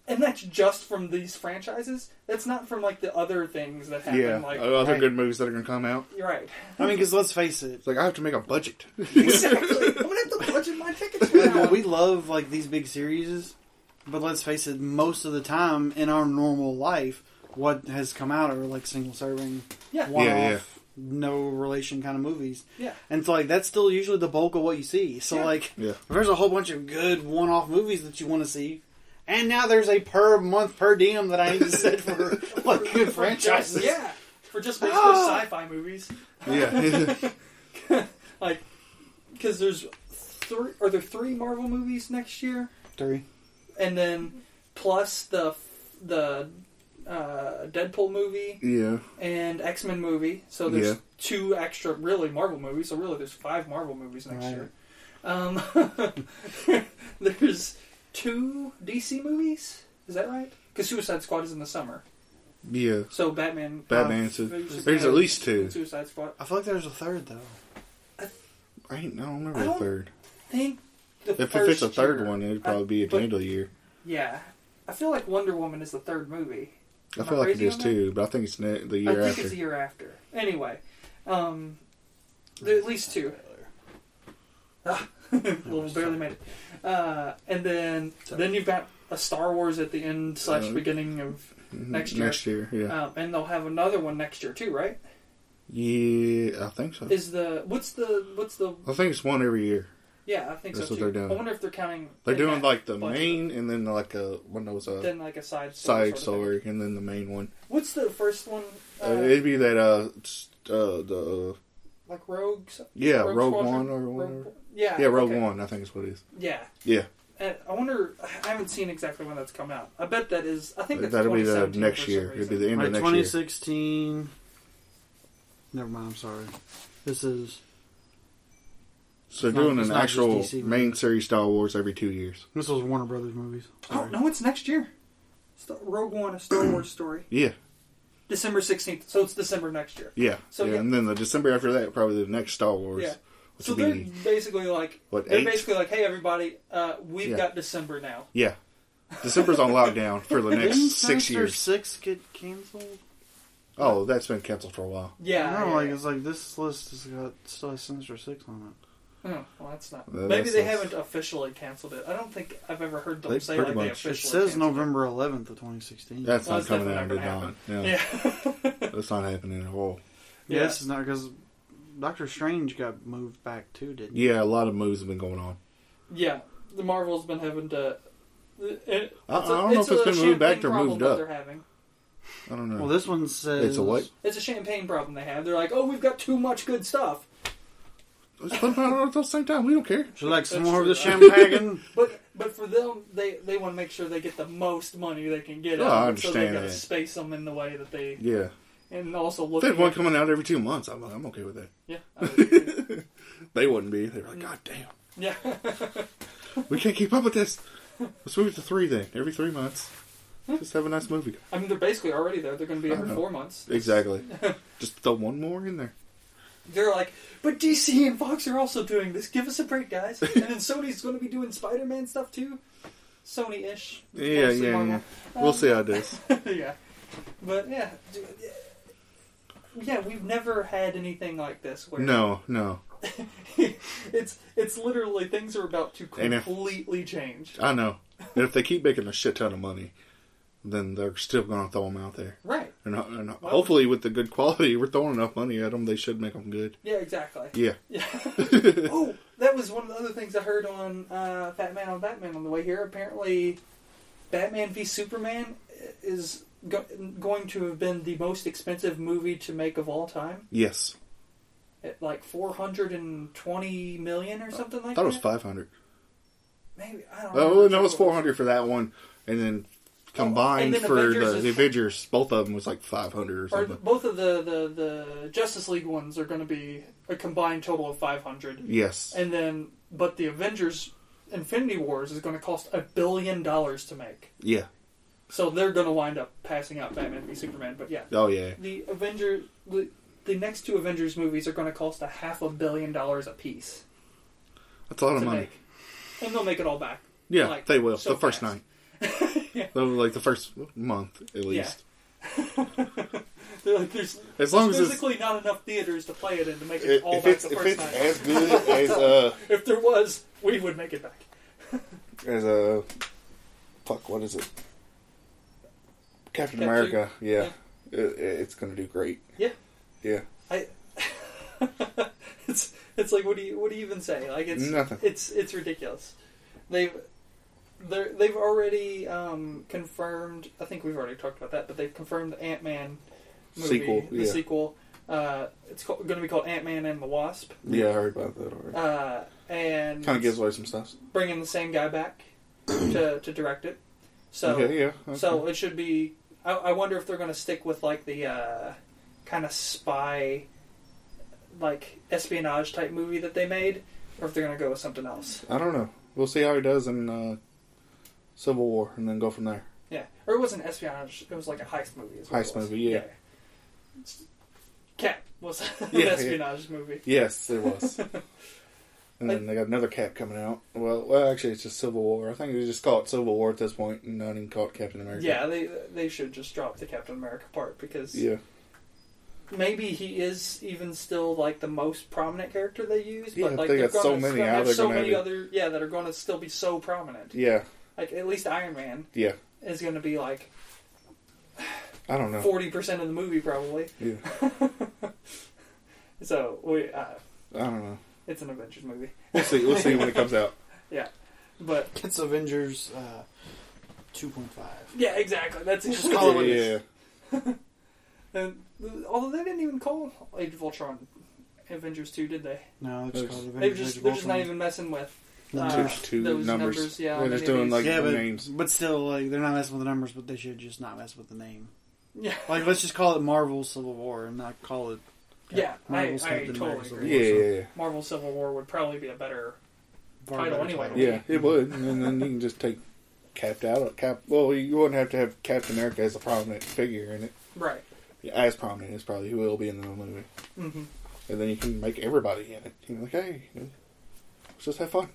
and that's just from these franchises. That's not from like the other things that happen.
Yeah.
Like,
Other
right.
good movies that are going to come out.
you're right.
I mean, because let's face it.
It's like, I have to make a budget.
exactly. I'm gonna have to budget my tickets
Like,
now.
well, we love like these big series, but let's face it. Most of the time in our normal life, what has come out are like single serving,
yeah,
one off,
Yeah, yeah.
no relation kind of movies.
yeah.
And so, like, that's still usually the bulk of what you see. So,
Yeah.
like,
Yeah.
if there's a whole bunch of good one off movies that you want to see. And now there's a per month per diem that I need to set for like good franchises.
Yeah, for just basically
Ah.
sci-fi movies.
yeah.
like because there's three are there three Marvel movies next year,
Three.
and then plus the the uh, Deadpool movie
yeah.
and X Men movie. So there's
Yeah.
two extra really Marvel movies. So really, there's five Marvel movies next
Right.
year. Um, there's two DC movies. Is that right? Because Suicide Squad is in the summer,
Yeah.
so Batman.
Batman.
uh,
so
Superman,
there's at least two.
Suicide Squad.
I feel like there's a third though.
I ain't, I don't remember
I
the
don't-
third.
I think the
If, if it's a
first
third
year-
one, it'd probably be at the
but-
end of the year.
Yeah. I feel like Wonder Woman is the third movie.
I
Am
feel like it
crazy
is
on that?
too, but I think it's ne- the
I
year
think
after.
it's a year after. Anyway, um, there are at least two. Ah, well, barely made it. Uh, and then then you've got a Star Wars at the end slash
Uh,
beginning of
Mhm,
next year.
Next year, yeah.
um, and they'll have another one next year too, right?
yeah, I think so.
Is the what's the what's the
I think it's one every year.
yeah I think
That's
so
what
too.
they're doing.
I wonder if they're counting.
They're
in
doing
that
like the
bunch of
main and then like a one that was
it.
a
then like a side
side
story sort of thing.
story and then the main one.
What's the first one? Uh,
Uh, it'd be that uh, s- uh the uh,
like Rogue. so-
yeah
Rogue
Rogue
Squadron?
One or whatever.
Rogue, yeah.
yeah, Rogue
Ah, okay.
One. I think is what it is.
Yeah.
Yeah,
And I wonder. I haven't seen exactly when that's come out. I bet that is. I think that's
that'll be the
2017
next
for some
year. It'll be
reason.
the end
Right,
of next year.
2016. Never mind. I'm sorry. This is
So
It's not-
doing
it's
an
not just
actual
DC.
main series Star Wars every two years.
this was Warner Brothers movies.
Oh no, it's next year. It's the Rogue One, a Star Wars story,
Yeah,
December sixteenth. So it's December next year.
yeah,
So,
yeah.
yeah.
And then the December after that, probably the next Star Wars.
Yeah.
Which
So
would
they're
be
basically like
what
they're
eight?
basically like, hey everybody, uh, we've
Yeah.
got December now.
yeah. December's on lockdown for the
Didn't
next six
Sinister
years.
Six get canceled.
Oh, that's been canceled for a while.
Yeah.
no,
yeah,
like
yeah.
it's like this list has got still has Sinister Six on it.
Oh, well, that's not.
That-
Maybe
that's-
they
that's-
haven't officially canceled it. I don't think I've ever heard them
They
say like
pretty
they
much-
officially.
It says
canceled
November 11th of 2016.
That's
Well,
not
that's
coming out.
definitely
Did
not
not.
gonna
No,
Yeah.
that's not happening at all.
yeah,
yeah.
this is not because Doctor Strange got moved back too, didn't? he?
Yeah, a lot of moves have been going on.
Yeah, the Marvel's been having to. It, it's
I, I
a-
don't know if
a
it's been moved back
champagne
or
problem
moved
that
up.
They're having.
I don't know.
Well, this one says
It's a what?
It's a champagne problem they have. They're like, oh, we've got too much good stuff.
Let's put them out at the same time. We don't care.
Would you like some
That's
more of
true.
the champagne?
But but for them, they they want to make sure they get the most money they can get.
Yeah,
out,
I
So they
understand
got to
that.
space them in the way that they
Yeah.
and also
If
look.
they had one
at-
coming out every two months, I'm, I'm okay with that.
Yeah, I would-
They wouldn't be. They're like, God damn.
yeah.
We can't keep up with this. Let's move it to three then. Every three months. Just have a nice movie.
I mean, they're basically already there. They're going to be
I
every
know.
four months.
Exactly. Just throw one more in there.
They're like, but DC and Fox are also doing this. Give us a break, guys. and then Sony's going to be doing Spider-Man stuff too. Sony-ish.
Yeah,
Mostly
yeah,
Marvel.
yeah. We'll see how it does.
yeah, but yeah, d- yeah, we've never had anything like this. Where
No, no.
it's it's literally things are about to
And if-
completely change.
I know. And if they keep making a shit ton of money, then they're still going to throw them out there.
Right.
And, ho- and ho- hopefully, with the good quality, we're throwing enough money at them, they should make them good.
Yeah, exactly.
Yeah.
Yeah. oh, that was one of the other things I heard on uh, Fat Man on Batman on the way here. Apparently, Batman v Superman is go- going to have been the most expensive movie to make of all time,
Yes.
at like four hundred and twenty million or something
I
like
thought
that.
it was 500.
Maybe I don't.
Oh,
remember
no, it was
sure what
400 for that one. And then
and
combined
then
for
Avengers
the,
is-
the Avengers, both of them was like 500 or
Or
something.
th- both of the, the, the Justice League ones are going to be a combined total of five hundred.
yes.
and then but the Avengers Infinity Wars is going to cost a billion dollars to make.
yeah.
So they're going to wind up passing out Batman v Superman. But yeah,
Oh, yeah.
the Avenger the, the next two Avengers movies are going to cost a half a billion dollars a piece
That's a lot
to
of money.
make, and they'll make it all back.
Yeah,
like,
they will.
so
the first
fast.
night. That was, Like the first month, at least.
They're like, there's
As long as it's.
physically not enough theaters to play it in to make it
If
all
if
back
it's,
the
if
first
it's
night.
as good as uh,
if there was, we would make it back.
as a fuck what is it captain
Captain-
america yeah, It- it's gonna do great
Yeah.
yeah
I. it's it's like what do you what do you even say? Like it's
Nothing.
it's it's ridiculous. They've they're, they've already um, confirmed. I think we've already talked about that, but they've confirmed the Ant Man movie,
Sequel,
the
yeah.
sequel. Uh, it's going to be called Ant Man and the Wasp,
yeah i heard about that already
uh, and
kind of gives away some stuff
bringing the same guy back to to direct it. So
okay yeah okay.
so it should be. I, I wonder if they're going to stick with like the uh, kind of spy, like espionage type movie that they made, or if they're going to go with something else.
i don't know we'll see how he does in uh civil war and then go from there
Yeah, or it wasn't espionage. It was like a heist movie. Is what it
Heist
was.
movie, yeah.
It's- Cat was an
Yeah, yeah.
espionage movie.
yes it was and then they got another cap coming out well well actually it's just civil war i think they just call it civil war at this point and not even call it captain america
Yeah, they they should just drop the Captain America part because
yeah
maybe he is even still like the most prominent character they use.
Yeah,
but like
they
they're
got so
gonna-
many, how
There's
they're
so
gonna
many
have
other yeah that are going to still be so prominent.
yeah
Like at least Iron Man
yeah
is going to be like
i don't know
forty percent of the movie probably.
yeah
So we, uh,
i don't know
it's an Avengers movie,
we'll see we'll see when it comes out
but
It's Avengers uh, 2.5.
yeah, exactly. That's
Just call it what it is.
yeah
And, although they didn't even call Age of Ultron Avengers two, did they?
No, it's
Oops.
called
They
Avengers.
were just they're just not even messing with uh,
Just two
those numbers.
numbers.
Yeah,
They're
on
just
any of
doing,
these.
like-
yeah, but,
names.
but still, like they're not messing with the numbers, but they should just not mess with the name.
yeah,
Like, let's just call it Marvel Civil War and not call it.
yeah. I, I
Marvel Captain
totally
Marvel.
agree.
Yeah, yeah,
Marvel Civil War would probably be a better
Far
Title
better
anyway.
yeah. yeah. It would, and then you can just take capped out or cap. Well, you wouldn't have to have Captain America as a prominent figure in it,
right.
yeah, as prominent as probably who will be in the movie,
hmm
and then you can make everybody in it. You're like, hey, you know, let's just have fun.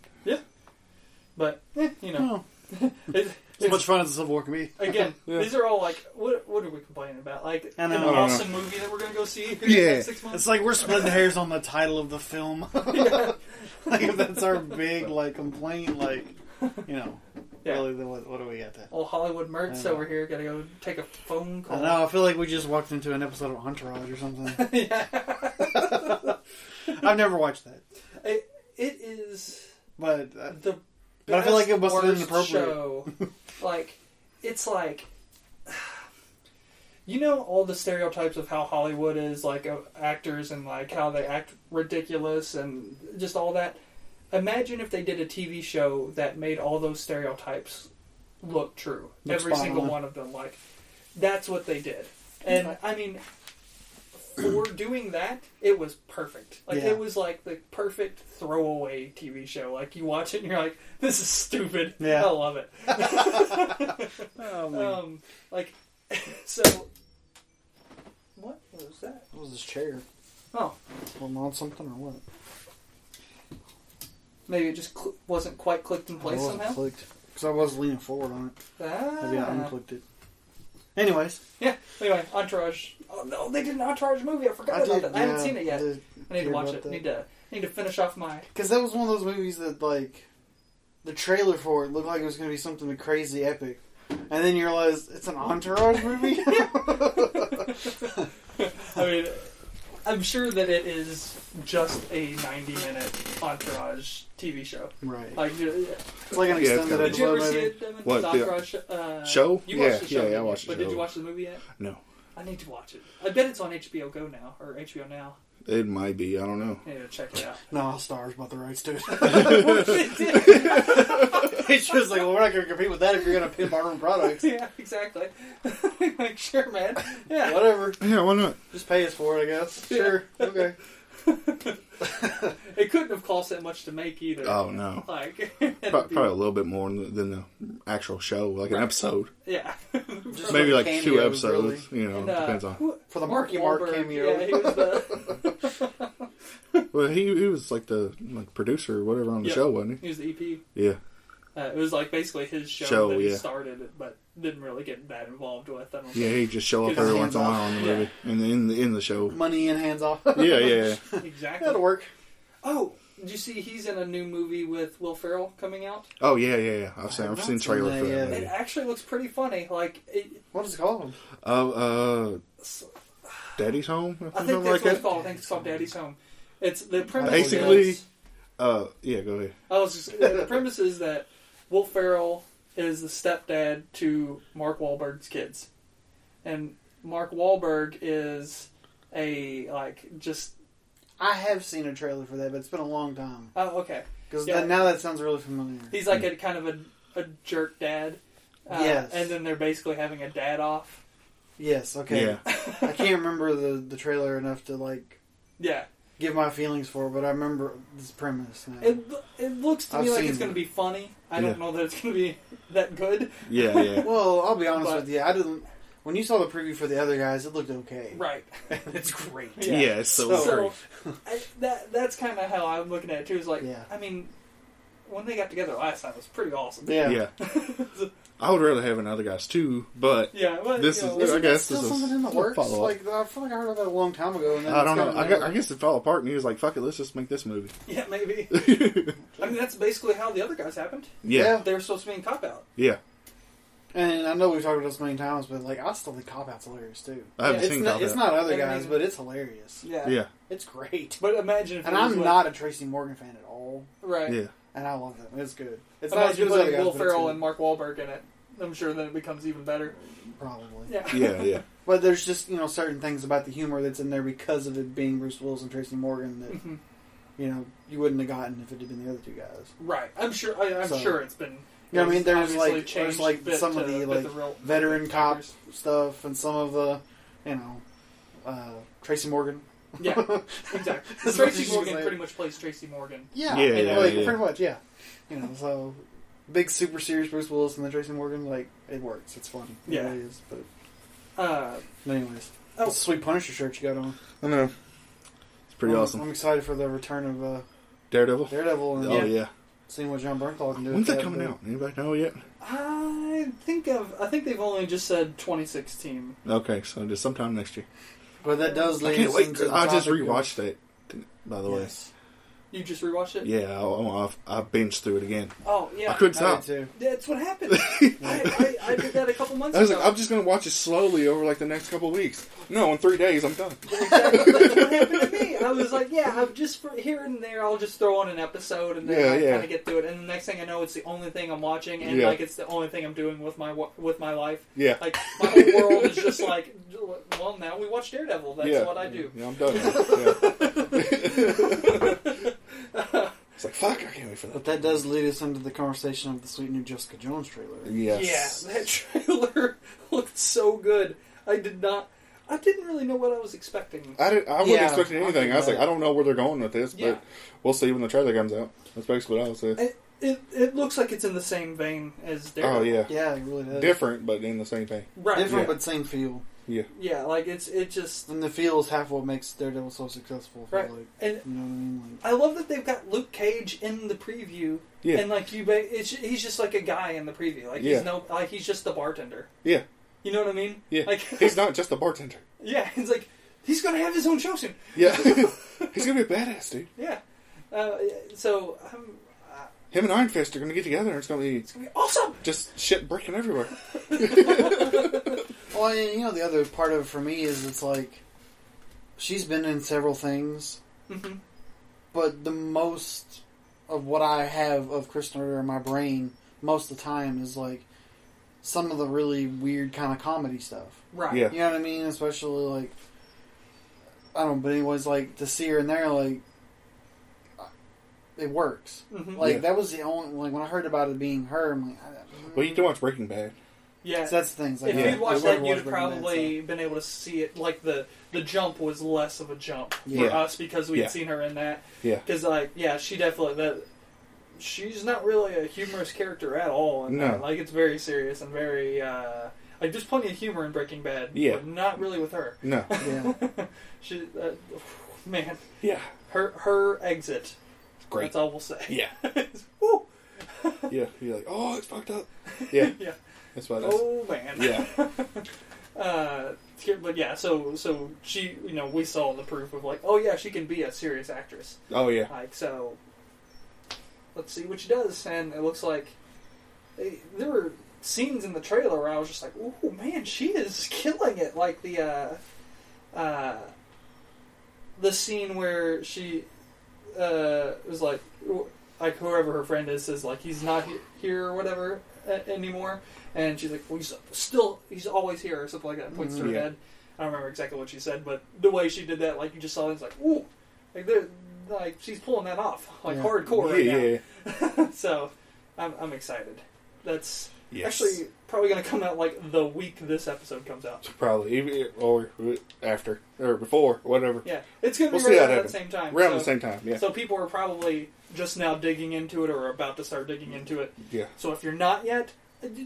But eh, you know,
Oh,
it,
as much fun as the Civil War can be.
Again,
Yeah.
these are all like what? What are we complaining about? Like
I
an
don't know.
awesome movie that we're gonna go see in the
Yeah.
next six months.
It's like we're splitting hairs on the title of the film. like if that's our big like complaint, like you know,
Yeah.
really, then what, what do we got then?
Old Hollywood
I
Mertz
know.
over here gotta go take a phone
I
call.
don't know. I feel like we just walked into an episode of Entourage or something.
yeah,
I've never watched that,
it, it is
but uh,
the.
But I feel like it
best,
must have been
worst
inappropriate.
Show. like it's like. You know all the stereotypes of how Hollywood is, like of actors and like how they act ridiculous and just all that. Imagine if they did a TV show that made all those stereotypes look true.
Look
Every
spot
single
on.
one of them. Like that's what they did. And I mean, for doing that, it was perfect. Like
Yeah.
it was like the perfect throwaway TV show. Like you watch it and you're like, "This is stupid."
Yeah.
I love it.
oh, my-
Um, like, so what was that?
what was this chair?
Oh,
Pulling on something or what?
maybe it just cl- wasn't quite clicked in place
I wasn't
somehow.
clicked because I was leaning forward on it.
Ah.
Maybe I unclicked it. Anyways,
Yeah. Anyway, Entourage. Oh no, they did an Entourage movie. I forgot
I
about
did.
that. I haven't seen it yet. I need to watch it. Need
Because
to need to finish off my.
that was one of those movies that like the trailer for it looked like it was going to be something crazy epic. and then you realize it's an entourage movie.
I mean, I'm sure that it is just a 90 minute entourage TV show.
right.
Like, you-
It's like an
Yeah, it's
extended
gotta
did
episode
you ever see
movie.
it? Devin?
What,
The
the-
entourage sh- uh,
Show?
You watched
Yeah,
the show,
yeah, yeah, I
didn't you?
watched the
But did
show.
you watch the movie yet?
No,
I need to watch it. I bet it's on HBO Go now or HBO Now.
it might be. I don't know.
I need to check it out.
No, Stars bought the rights to it. it's just like, well, we're not going to compete with that if you're going to pimp our own products.
yeah, exactly. like, sure, man. Yeah.
Whatever.
Yeah, why not?
Just pay us for it, I guess. Sure. Okay.
It couldn't have cost that much to make either.
Oh no,
Like,
Pro- probably a little bit more than than the actual show, like an episode,
yeah.
Just
maybe
little
like two
cameos, really.
episodes. You know,
And, uh,
depends on.
who-
For the Marky Mark
Wahlberg,
cameo.
Yeah, he was the
Well, he he was like the like producer or whatever on the
Yeah.
show, wasn't
he was the E EP.
he? Yeah.
Uh, it was like basically his show,
Show,
that he
yeah.
started, but didn't really get that involved with. I don't
Yeah, he just show up
Give
every
his
once in a
hands
while in the
off.
movie and in the in the show.
Money and hands off.
Yeah, yeah, yeah.
think exactly.
That'll work.
Oh, did you see he's in a new movie with Will Ferrell coming out?
Oh yeah, yeah, yeah. I've seen
I've
I've
not
seen
seen
trailer
that
for that
yet.
It
movie.
actually looks pretty funny. Like, it,
What is it called?
Oh, uh, Daddy's Home. Or something
I think that's
like
what it's
that.
called. I think it's called Daddy's Home. It's the premise.
Basically-
is-
Uh, yeah, go ahead.
I was just, the premise is that Will Ferrell is the stepdad to Mark Wahlberg's kids, and Mark Wahlberg is a like just
I have seen a trailer for that, but it's been a long time.
oh okay.
Because
Yeah.
now that sounds really familiar.
He's like a kind of a, a jerk dad. Uh,
Yes.
And then they're basically having a dad off.
Yes, okay.
Yeah,
I can't remember the, the trailer enough to like
Yeah.
give my feelings for, it, but I remember this premise now.
It, it looks to
Mm. I've
me like
seen
it's going
it.
to be funny. I
Yeah.
don't know that it's going to be that good.
yeah, yeah.
well, I'll be honest
But-
with you. I didn't. When you saw the preview for the other guys, it looked okay.
Right.
it's great.
Yeah, it's so,
So-
great.
So I, that that's kind of how I'm looking at it too. Is like,
Yeah.
I mean, when they got together last time, it was pretty awesome.
Yeah.
yeah. I would rather have another guys too, but
Yeah, but,
This
you know,
is-
it's-
I
Isn't
guess
that still
this is
something in the
a
works.
follow-up.
Like I feel like I heard about it a long time ago. And then
I
it's
don't know.
gotten
I, gu-
better.
I guess it fell apart, and he was like, "Fuck it, let's just make this movie."
yeah, maybe. I mean, that's basically how the other guys happened.
Yeah,
They were supposed to be in cop out.
yeah.
And I know we've talked about this many times, but like I still think Cop Out's hilarious too.
I haven't
Yeah,
It's
seen
not,
Cop
it's
Out.
not other
I
guys,
mean-
but it's hilarious.
Yeah.
Yeah,
It's great.
But imagine if
And
it was
I'm
like-
not a Tracy Morgan fan at all,
right.
yeah.
and I love them. It's good. It's not as
imagine
good as other
putting
guys,
Will
but it's
Ferrell
good.
and Mark Wahlberg in it. I'm sure then it becomes even better.
probably.
Yeah.
Yeah, yeah,
But there's just you know certain things about the humor that's in there because of it being Bruce Willis and Tracy Morgan that
Mhm.
you know you wouldn't have gotten if it had been the other two guys.
Right. I'm sure. I, I'm
So-
sure it's been.
You know what I mean?
it's
There was
obviously
like there's
changed
like
a bit
some of
to
the
fit
like
real-
veteran
the
cop
characters.
stuff and some of the you know uh, Tracy Morgan.
Yeah, exactly.
That's what
Tracy
she's
Morgan
like.
pretty much plays Tracy Morgan.
Yeah,
Yeah,
and,
yeah,
like,
yeah.
pretty much. Yeah, you know so. Big super serious Bruce Willis and then Tracy Morgan, like it works. It's funny. It
Yeah.
really is. But
Uh,
anyways,
Oh.
oh. sweet Punisher shirt you got on.
I know. It's pretty
I'm,
awesome.
I'm excited for the return of uh,
Daredevil.
Daredevil and
Oh yeah.
seeing what John Bernthal can do.
When's
with
that coming
but-
out? Anybody know yet?
I think of. I think they've only just said 2016.
Okay, so just sometime next year.
But that does
I
lead
can't
us
wait.
into the
I just
topic of-
rewatched that. By the way,
Yes.
You just rewatched it.
yeah, I, I, I binged through it again.
Oh yeah.
I couldn't
I
stop.
did too.
That's what happened. I, I, I did that a couple months
I was
ago.
like, I'm just gonna watch it slowly over like the next couple of weeks. No, in three days, I'm done.
That's what happened to me. I was like, yeah, I'm just for here and there. I'll just throw on an episode and then
Yeah,
I
yeah.
kind of get through it. And the next thing I know, it's the only thing I'm watching, and
Yeah.
like it's the only thing I'm doing with my wa- with my life.
Yeah,
Like my whole world is just like, well, now we watch Daredevil. That's
Yeah.
what I do.
yeah, I'm done. Yeah. it's like fuck, I can't wait for
But that
that.
does lead us into the conversation of the sweet new Jessica Jones trailer.
Yes.
Yeah, that trailer looked so good. I did not. I didn't really know what I was expecting.
I didn't. I wasn't
Yeah,
expecting
I
anything. I was
think
like, I don't know where they're going with this,
Yeah.
but we'll see when the trailer comes out. That's basically what I was saying.
It, it, it looks like it's in the same vein as Daredevil.
Oh yeah.
Yeah, it
uh,
really does.
different, but in the same thing.
right.
Different,
Yeah.
but same feel.
Yeah, like it's it just
And the feel is half what makes Daredevil so successful. I feel
Right.
Like,
and
you know what I mean?
I love that they've got Luke Cage in the preview.
Yeah.
and like you, ba- it's, he's just like a guy in the preview. Like
Yeah.
he's no, like he's just the bartender.
Yeah.
You know what I mean?
Yeah,
Like
he's not just a bartender.
yeah, it's like he's gonna have his own show soon.
Yeah, he's gonna be a badass dude.
Yeah. Uh, so I'm,
Him and Iron Fist are going to get together, and it's going to be
It's gonna be awesome.
just shit breaking everywhere.
Well, and, you know, the other part of it for me is it's like she's been in several things,
Mm-hmm.
Mhm.
but the most of what I have of Kristen Ritter in my brain most of the time is like some of the really weird kind of comedy stuff.
Right.
Yeah.
You know what I mean? Especially like I don't. know, But anyways, like to see her in there, like it works.
Mhm.
Like
Yeah.
that was the only like when I heard about it being her, I'm like, I,
Well, you can watch Breaking Bad.
Yeah.
so that's the thing. it's Like,
if
Yeah.
you'd
I- I would've
watched that, you'd have
watched Breaking Bad,
probably been able to see it. Like the the jump was less of a jump for
Yeah.
us because we
Yeah.
had seen her in that.
Yeah.
Because like yeah, she definitely that. She's not really a humorous character at all. In
No.
that. Like it's very serious and very uh, like there's plenty of humor in Breaking Bad.
Yeah.
But not really with her.
No.
so, yeah.
She uh, man
Yeah.
her her exit.
Great.
That's all we'll say.
Yeah.
Woo.
Yeah. You're like, oh, it's fucked up. Yeah.
Yeah.
That's why that's.
Oh man.
Yeah.
Uh, but yeah, so so she, you know, we saw the proof of like, oh yeah, she can be a serious actress.
Oh, yeah.
Like so, let's see what she does. And it looks like eh, there were scenes in the trailer where I was just like, oh man, she is killing it. Like the uh, uh, the scene where she uh, was like, wh- like whoever her friend is says like he's not he- here or whatever a- anymore, and she's like, well, he's still he's always here or something like that. Points to her
Mm, Yeah.
head. I don't remember exactly what she said, but the way she did that, like you just saw, it's like, ooh, like they're like she's pulling that off like
Yeah.
hardcore
yeah,
right
yeah,
now.
yeah.
So, I'm, I'm excited. That's
Yes.
actually probably going to come out like the week this episode comes out.
Probably. even- Or after. Or before. Whatever.
Yeah, it's going to be
We'll see
right
how
out at
that
the same time.
Around
so,
the same time. Yeah.
so people are probably just now digging into it or about to start digging into it.
yeah.
So if you're not yet,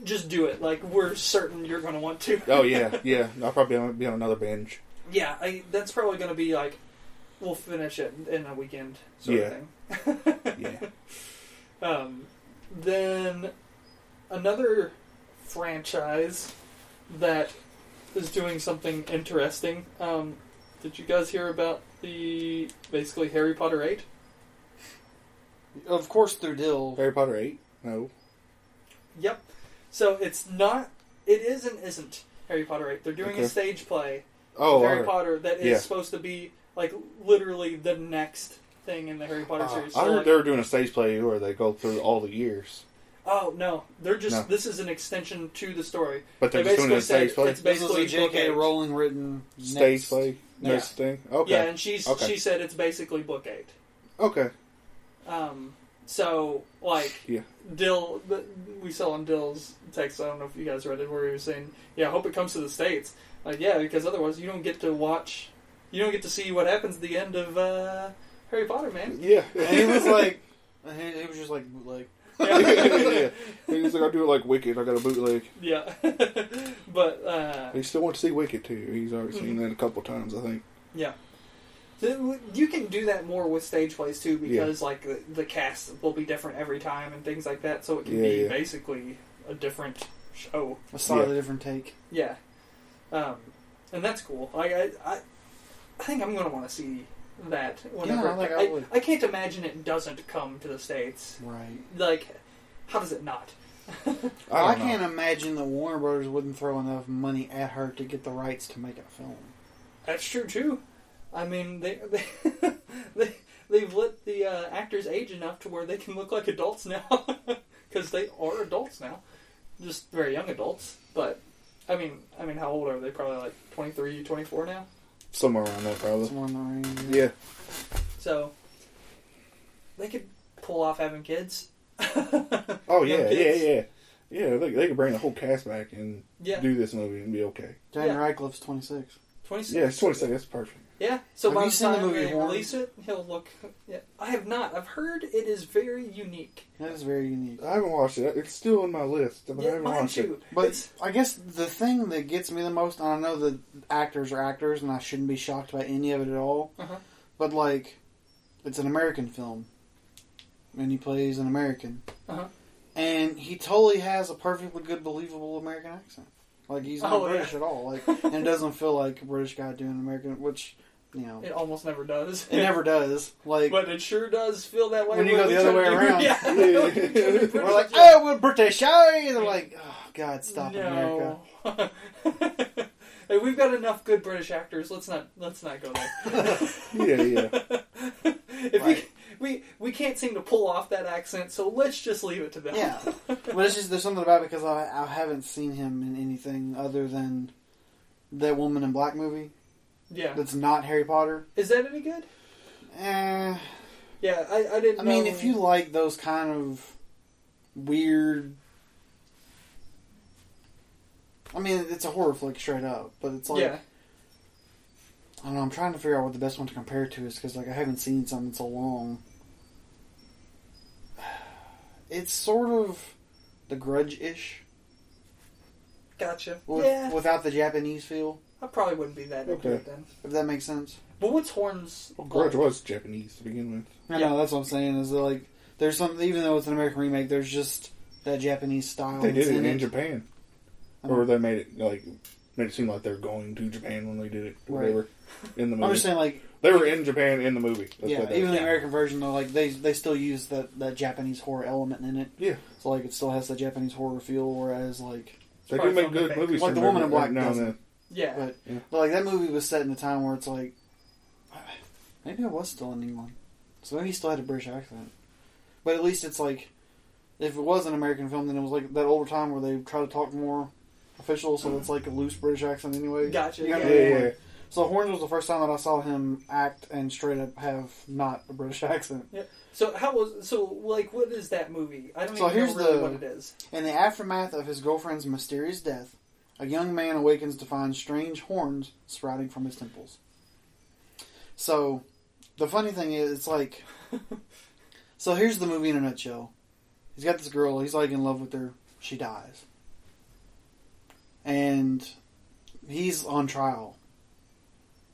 just do it. Like we're certain you're going to want to.
Oh, yeah. Yeah. I'll probably be on another binge.
Yeah, I, that's probably going to be like we'll finish it in a weekend sort
Yeah.
of thing.
Yeah.
Um, then another franchise that is doing something interesting. Um, did you guys hear about the basically Harry Potter eight?
Of course, through Dill.
Harry Potter 8? No.
Yep. So it's not. It is and isn't Harry Potter eight. They're doing
Okay.
a stage play,
Oh,
Harry
alright.
Potter, that is
Yeah.
supposed to be like literally the next thing in the Harry Potter series.
I
So,
heard
like-
they were doing a stage play where they go through all the years,
oh no, they're just
No.
this is an extension to the story.
but they're
They
just doing
basically
a stage
said
play.
it's
This is
basically
a J.K.
book eight.
Rowling written
Stage
next.
play,
Yeah.
next thing. Okay,
Yeah, and she's
Okay.
she said it's basically book eight.
okay,
Um, so like
yeah,
Dill, th- we saw in Dill's text. I don't know if you guys read it, where he was saying, "Yeah, I hope it comes to the states." Like, yeah, because otherwise you don't get to watch, you don't get to see what happens at the end of uh, Harry Potter, man.
yeah.
And he was like, he, he was just like bootleg.
yeah. He's like, I do it like Wicked. I got a bootleg.
Yeah, but uh,
He still wants to see Wicked too. He's already seen that a couple times, I think.
Yeah. So, You can do that more with stage plays too, because like the, the cast will be different every time and things like that. So it can
Yeah,
be
yeah.
basically a different show.
A slightly
Yeah.
different take.
Yeah, um, and that's cool. Like I, I, I think I'm gonna want to see that whenever.
Yeah, like, I
I,
would.
I can't imagine it doesn't come to the states.
Right.
Like, how does it not?
I, don't
I,
know.
can't imagine that Warner Brothers wouldn't throw enough money at her to get the rights to make a film.
That's true too. I mean, they they they they've let the uh, actors age enough to where they can look like adults now, because they are adults now, just very young adults. But I mean, I mean, how old are they? Probably like 23, 24 now.
somewhere around that probably.
Somewhere in the range.
Yeah,
So they could pull off having kids.
oh yeah,
Young
yeah,
kids.
yeah, yeah. They, they could bring the whole cast back and
Yeah,
do this movie and be okay.
Dan
Yeah.
Radcliffe's 26.
twenty six.
Yeah, it's twenty seconds. That's perfect.
Yeah. So
Have
by
you
the
seen the
time
movie
they
Horn?
release it, he'll look. Yeah, I have not. I've heard it is very unique.
That is very unique.
I haven't watched it. It's still on my list, but I
Yeah,
haven't
mind
watched
you,
But
it's-
I guess the thing that gets me the most, and I know that actors are actors, and I shouldn't be shocked by any of it at all,
Uh-huh.
but like, it's an American film. And he plays an American.
Uh-huh.
And he totally has a perfectly good, believable American accent. Like, he's not
Oh, yeah.
British at all. Like, and it doesn't feel like a British guy doing American, which you know,
It almost never does.
it never does. Like
but it sure does feel that way.
When you go
we
the other way
try to do-
around.
Yeah.
Yeah.
we're like, oh, we're British, oh, and they're like, oh, God, stop America.
no. Hey, we've got enough good British actors. Let's not let's not go there.
yeah, yeah.
if
Right.
we, we we can't seem to pull off that accent, so let's just leave it to them.
Yeah, but it's just there's something about it because I, I haven't seen him in anything other than that Woman in Black movie
yeah.
that's not Harry Potter.
Is that any good?
Eh,
Yeah, I, I didn't.
I mean,
know-
if you like those kind of weird, I mean, it's a horror flick straight up, but it's like
yeah,
I don't know. I'm trying to figure out what the best one to compare it to is because like I haven't seen some in so long. It's sort of the Grudge ish
gotcha.
with,
yeah,
without the Japanese feel, I
I probably wouldn't be that into
Okay.
it then.
if that makes sense.
But what's Horns?
Well, Grudge was Japanese to begin with.
I
Yeah.
know that's what I'm saying. Is that like there's some even though it's an American remake, there's just that Japanese style.
They did
that's
it
in Uh-huh.
in Japan,
I
or
mean,
they made it like made it seem like they're going to Japan when they did it. Or
Right.
They were in the movie.
I'm just saying like
They were in Japan in the movie. That's
yeah,
what they-
even the American version though, like they they still use that that Japanese horror element in it.
Yeah.
So like it still has the Japanese horror feel, whereas like
They do
Probably
make
from the
good
fake.
movies.
Like
from
The Woman in
every-
Black
now and
doesn't.
then.
Yeah,
But,
Yeah.
but, like that movie was set in a time where it's like maybe I was still in England, so maybe he still had a British accent. But at least it's like if it was an American film, then it was like that older time where they try to talk more official, so it's like a loose British accent anyway.
Gotcha,
You know what I
Yeah,
Yeah.
mean?
yeah.
Like, So Horns was the first time that I saw him act and straight up have not a British accent.
So how was so like what is that movie? I don't
So
even
here's
know really
the-
what it is.
In the aftermath of his girlfriend's mysterious death, a young man awakens to find strange horns sprouting from his temples. So, the funny thing is, it's like. so, here's the movie in a nutshell. He's got this girl, he's like in love with her, she dies. And he's on trial.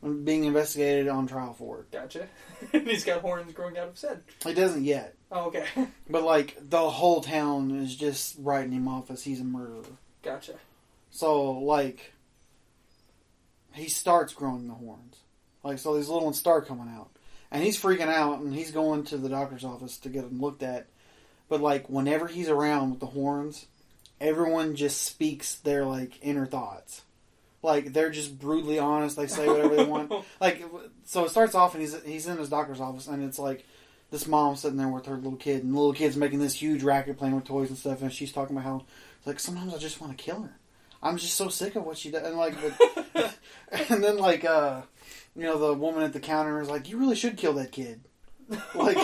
Being investigated on trial for it.
Gotcha. and he's got horns growing out of his head.
He doesn't yet.
Oh, okay.
But like the whole town is just writing him off as he's a murderer.
Gotcha.
So like he starts growing the horns. Like so these little ones start coming out. And he's freaking out and he's going to the doctor's office to get them looked at. But like whenever he's around with the horns, everyone just speaks their like inner thoughts. Like they're just brutally honest. They say whatever they want. Like so it starts off and he's he's in his doctor's office and it's like this mom sitting there with her little kid and the little kid's making this huge racket playing with toys and stuff and she's talking about how like sometimes I just want to kill her. I'm just so sick of what she does and like but, and then like uh you know the woman at the counter is like you really should kill that kid. Like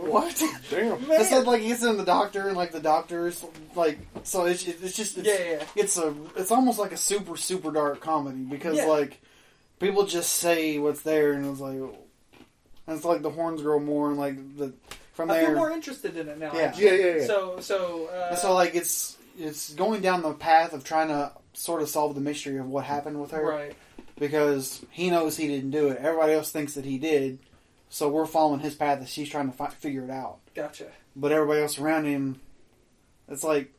what?
Damn.
It's not like he gets in the doctor and like the doctor's like so it's it's just it's,
Yeah, yeah, yeah.
it's a it's almost like a super super dark comedy because
Yeah.
like people just say what's there and it's like and it's like the horns grow more and like the from
I feel
there
more interested in it now.
Yeah.
actually.
Yeah, yeah, yeah.
So so uh,
and so like it's it's going down the path of trying to sort of solve the mystery of what happened with her
right.
because he knows he didn't do it everybody else thinks that he did so we're following his path as she's trying to fi- figure it out
Gotcha.
but everybody else around him, it's like,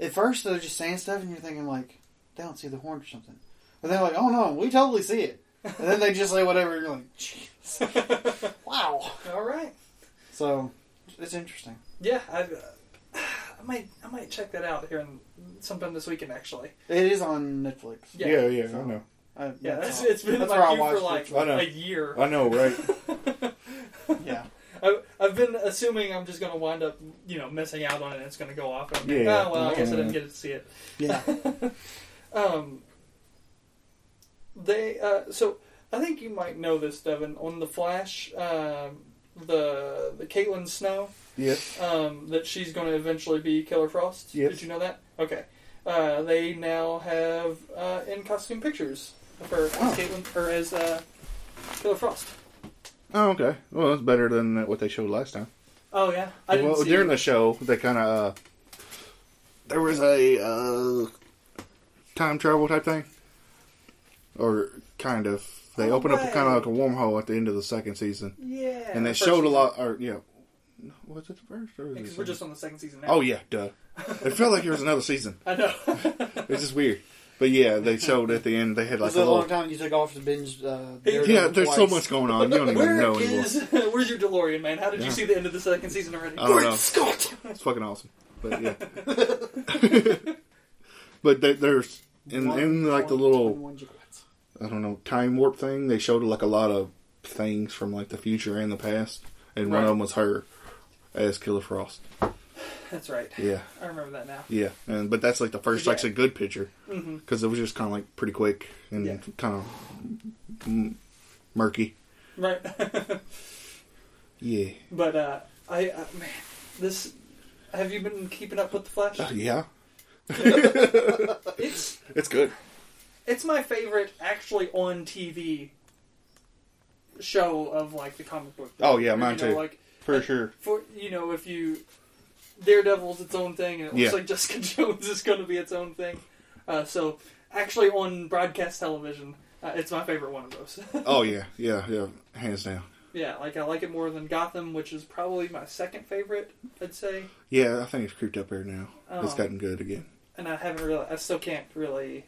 at first they're just saying stuff, and you're thinking like, they don't see the horn or something, and they're like, oh no, we totally see it, and then they just say whatever, and you're like, Jesus, wow.
All right.
So it's interesting.
Yeah, I, uh, I might I might check that out here in, sometime this weekend actually.
It is on Netflix.
Yeah.
Yeah, yeah. I
So-
know.
Uh,
Yeah, that's,
all.
it's been
That's
like
where I
you for
watched
like
it.
I know.
a year.
I know, right?
yeah,
I, I've been assuming I'm just going to wind up, you know, missing out on it. and It's going to go off. And I'm like,
Yeah.
oh well, I guess I didn't
Mhm.
get to see it.
yeah.
Um, they uh, so I think you might know this, Devin. On the Flash, um, the the Caitlin Snow,
yes.
um, that she's going to eventually be Killer Frost.
Yes.
Did you know that? Okay. Uh, they now have uh, in costume pictures of her as
Oh.
Caitlin or as uh, Killer Frost.
Oh, okay. Well, that's better than what they showed last time.
Oh yeah, I didn't
well,
see
during the show, they kind of uh, there was a uh, time travel type thing, or kind of. They
Oh,
opened up kind of
right.
like a wormhole at the end of the second season,
yeah,
and they
first
showed a
season.
lot. Or yeah, No, was it the first? Or was it
because
the
we're
second?
just on the second season now.
Oh yeah, duh. It felt like there was another season.
I know.
It's just weird. But yeah, they showed at the end. They had
It
like
was
a
a long
little.
time you took off to binge. Uh,
Yeah,
Daredevil
there's so
twice.
much going on. You don't even know
Where
anymore.
is where's your DeLorean, man? How did
Yeah. Oh.
you see the end of the second season already?
I don't know.
Scott.
It's fucking awesome. But yeah. but they, there's in in like the little I don't know time warp thing. They showed like a lot of things from like the future and the past, and one
Right.
of them was her as Killer Frost.
That's right.
Yeah,
I remember that now.
yeah. And but that's like the first
Yeah.
actually good picture
Mm-hmm.
because it was just kind of like pretty quick and
Yeah.
kind of m- murky.
Right.
Yeah,
but uh, I uh, man, this. Have you been keeping up with the Flash?
Uh, yeah.
It's
It's good.
it's my favorite actually on TV show of like the comic book.
Oh, yeah,
You
mine
know,
too.
Like
For sure.
for you know if you Daredevil's its own thing, and it looks
Yeah.
like Jessica Jones is going to be its own thing. Uh, so actually on broadcast television, uh, it's my favorite one of those.
Oh yeah, yeah, yeah. Hands down.
yeah, like I like it more than Gotham, which is probably my second favorite. I'd say.
Yeah, I think it's creeped up here now. It's
Oh.
gotten good again.
and I haven't really, I still can't really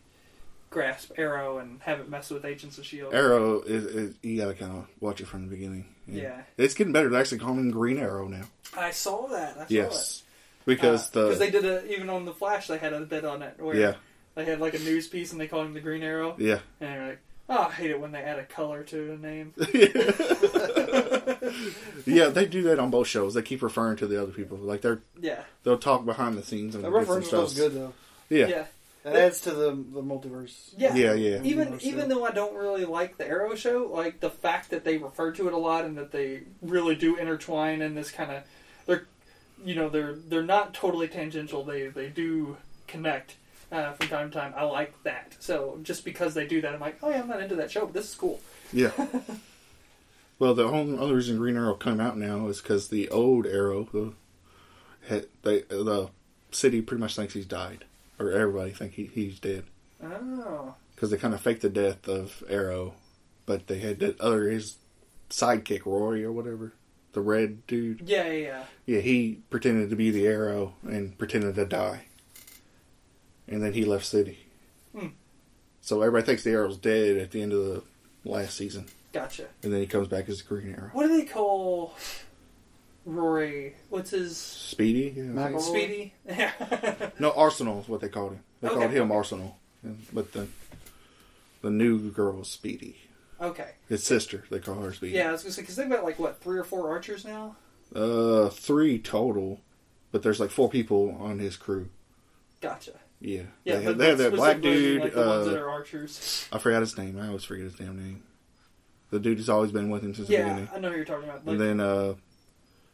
grasp Arrow and haven't messed with Agents of Shield.
Arrow is, is you gotta kind of watch it from the beginning.
Yeah.
it's getting better. They're actually calling him Green Arrow now.
I saw that. I saw it.
yes, because
Uh,
the
they did a even on the Flash they had a bit on it where
yeah
they had like a news piece and they called him the Green Arrow
yeah
and they're like, oh, I hate it when they add a color to a name.
yeah they do that on both shows. They keep referring to the other people like they're
yeah,
they'll talk behind the scenes and
That
bits and
reference was
stuff.
good though.
Yeah. yeah
yeah,
That adds to the the multiverse.
yeah,
yeah
Even
Multiverse,
even
yeah.
though I don't really like the Arrow show, like the fact that they refer to it a lot and that they really do intertwine in this kind of, they're, you know, they're they're not totally tangential. They they do connect uh, from time to time. I like that. So just because they do that, I'm like, oh yeah, I'm not into that show, but this is cool.
yeah. well, the only other reason Green Arrow come out now is because the old Arrow, the, had, they, the city pretty much thinks he's died, or everybody think he, he's dead.
Oh,
because they kind of faked the death of Arrow, but they had that other his sidekick Rory or whatever, the red dude.
yeah, yeah, yeah.
Yeah, he pretended to be the Arrow and pretended to die, and then he left City.
Hmm.
So everybody thinks the Arrow's dead at the end of the last season,
gotcha.
and then he comes back as the Green Arrow.
What do they call Rory? What's his
Speedy, yeah, I
Mac-
think.
Rory?
Speedy? Yeah.
no Arsenal is what they called him. They
Okay.
called him Arsenal, Yeah, but the the new girl is Speedy.
okay.
His sister, they call her Speedy.
Yeah, I was gonna say because they've got like what three or four archers now.
Uh, three total, but there's like four people on his crew.
Gotcha.
Yeah,
Yeah,
they,
but
had, they had that black
specifically,
dude.
like the ones that
uh,
are archers.
I forgot his name. I always forget his damn name. The dude has always been with him since the
Yeah,
beginning.
I know who you're talking about. Like,
And then uh,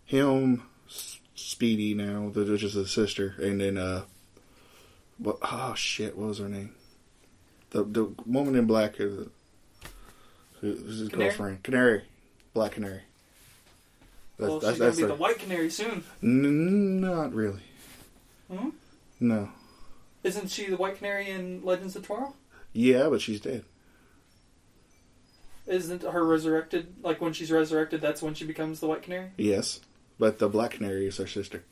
him, S- Speedy now, the- which is his sister, and then uh, what? Oh shit, what was her name? The the woman in black uh, who who- who's his
Canary?
girlfriend? Canary, black canary. That's,
well,
that's,
she's gonna
that's
be
the-
the white canary soon.
N- not really.
Hmm?
No.
Isn't she the white canary in Legends of Tomorrow?
Yeah, but she's dead.
Isn't her resurrected? Like when she's resurrected, that's when she becomes the white canary.
Yes, but the Black Canary is her sister.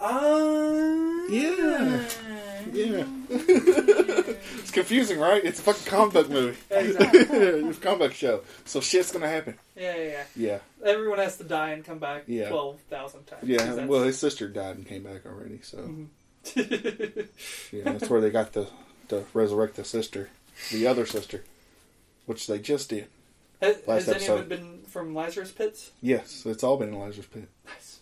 Uh,
Yeah.
Ah.
Yeah. it's confusing, right? It's a fucking comic book movie.
Exactly.
it's a comic book show. So shit's gonna happen.
Yeah, yeah, yeah.
Yeah.
Everyone has to die and come back
Yeah.
twelve thousand times. 'cause
Yeah,
that's-
well, his sister died and came back already, so.
Mm-hmm.
yeah, that's where they got the, the resurrect the sister, the other sister, which they just did.
has,
last
has any of
episode.
it been from Lazarus Pits?
Yes, it's all been in Lazarus Pit.
Nice.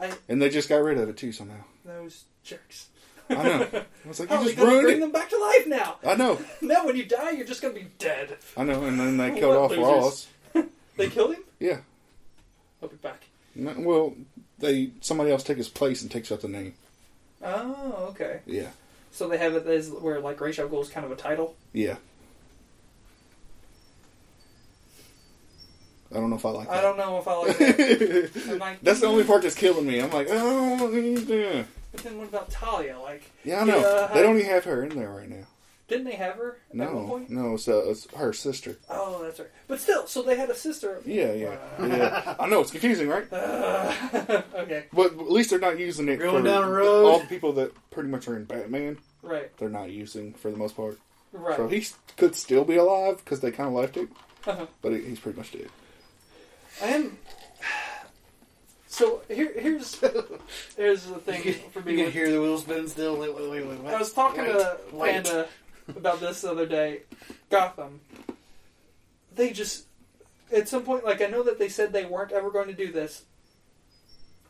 I
And they just got rid of it, too, somehow.
those jerks.
I know. I was like, you
How are they
just
gonna
ruined
bring
it.
them back to life now?
I know.
Now, when you die, you're just gonna be dead.
I know. And then they killed off
What losers?
Ross.
They killed him.
Yeah.
I'll be back.
No, well, they somebody else take his place and takes out the name.
Oh, okay.
Yeah.
So they have it as where like Rachel Gold's kind of a title.
Yeah. I don't know if I like that.
I don't know if I like that. I'm like,
that's the only part that's killing me. I'm like, oh, yeah,
But then what about Talia? Like,
yeah I know.
Yeah.
they don't even have her in there right now.
didn't they have her at one
No,
point?
no, it's, uh, it's her sister.
Oh, that's right. But still, so they had a sister.
Yeah, yeah, yeah. I know it's confusing, right?
Ugh. okay.
But at least they're not using it
Going
for
down the road.
all the people that pretty much are in Batman.
Right.
they're not using for the most part.
Right.
So he s- could still be alive because they kind of left it,
Uh-huh.
but he- he's pretty much dead.
I am. So here, here's here's the thing for
You
me.
can
with-
hear the wheels spinning still. Wait, wait, wait, wait, wait.
I was talking to
Wait, wait.
Panda about this the other day. Gotham. They just at some point, like I know that they said they weren't ever going to do this.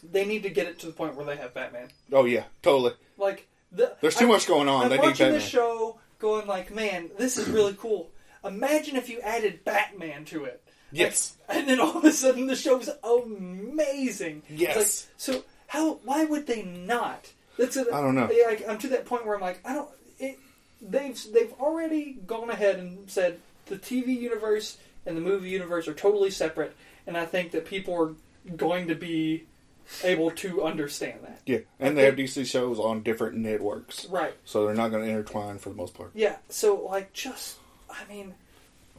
They need to get it to the point where they have Batman.
Oh yeah, totally.
Like the,
There's too
I-
much going on.
I'm
they need
watching
Batman.
this show, going like, man, this is really cool. Imagine if you added Batman to it.
Yes.
And then all of a sudden, the show's amazing. It's
Yes.
like, so how? Why would they not? That's a,
I don't know.
Yeah, like, I'm to that point where I'm like, I don't. It, they've they've already gone ahead and said the TV universe and the movie universe are totally separate, and I think that people are going to be able to understand that.
Yeah, and they have DC shows on different networks,
Right.
so they're not going to intertwine for the most part.
Yeah, so like just I mean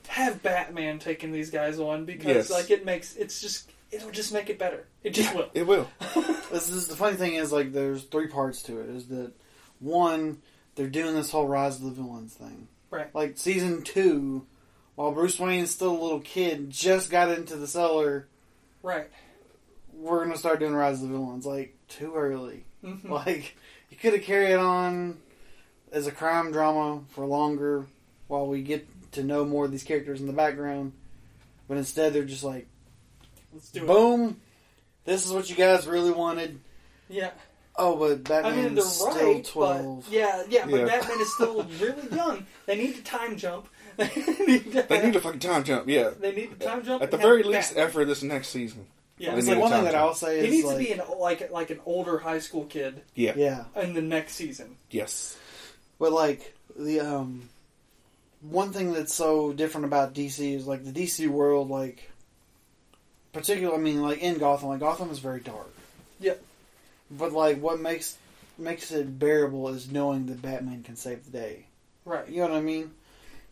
have Batman taking these guys on because
Yes.
like it makes it's just it'll just make it better. It just will.
It will.
This is the funny thing is like there's three parts to it. Is that one? They're doing this whole rise of the villains thing.
Right.
Like season two, while Bruce Wayne's still a little kid, just got into the cellar.
Right.
We're gonna start doing rise of the villains like too early.
Mhm.
Like you could have carried on as a crime drama for longer, while we get to know more of these characters in the background. But instead, they're just like,
Let's do it.
boom, this is what you guys really wanted.
Yeah.
Oh, but
I
Batman's
mean they're
still
right,
twelve.
but yeah, yeah, but
Yeah.
Batman is still really young. They need to time jump. they need to
They need a fucking time jump. Yeah.
they need to time jump.
At the
and have
very least,
Batman.
after this next season.
yeah.
they
It's
need
like
a
one thing
time
that
jump.
I'll say
He
is
needs
like,
to be an like like an older high school kid
Yeah.
yeah,
in the next season.
Yes.
but like the um, one thing that's so different about DC is like the DC world, like particularly, I mean, like in Gotham, like Gotham is very dark.
Yep.
But like, what makes makes it bearable is knowing that Batman can save the day.
Right.
You know what I mean?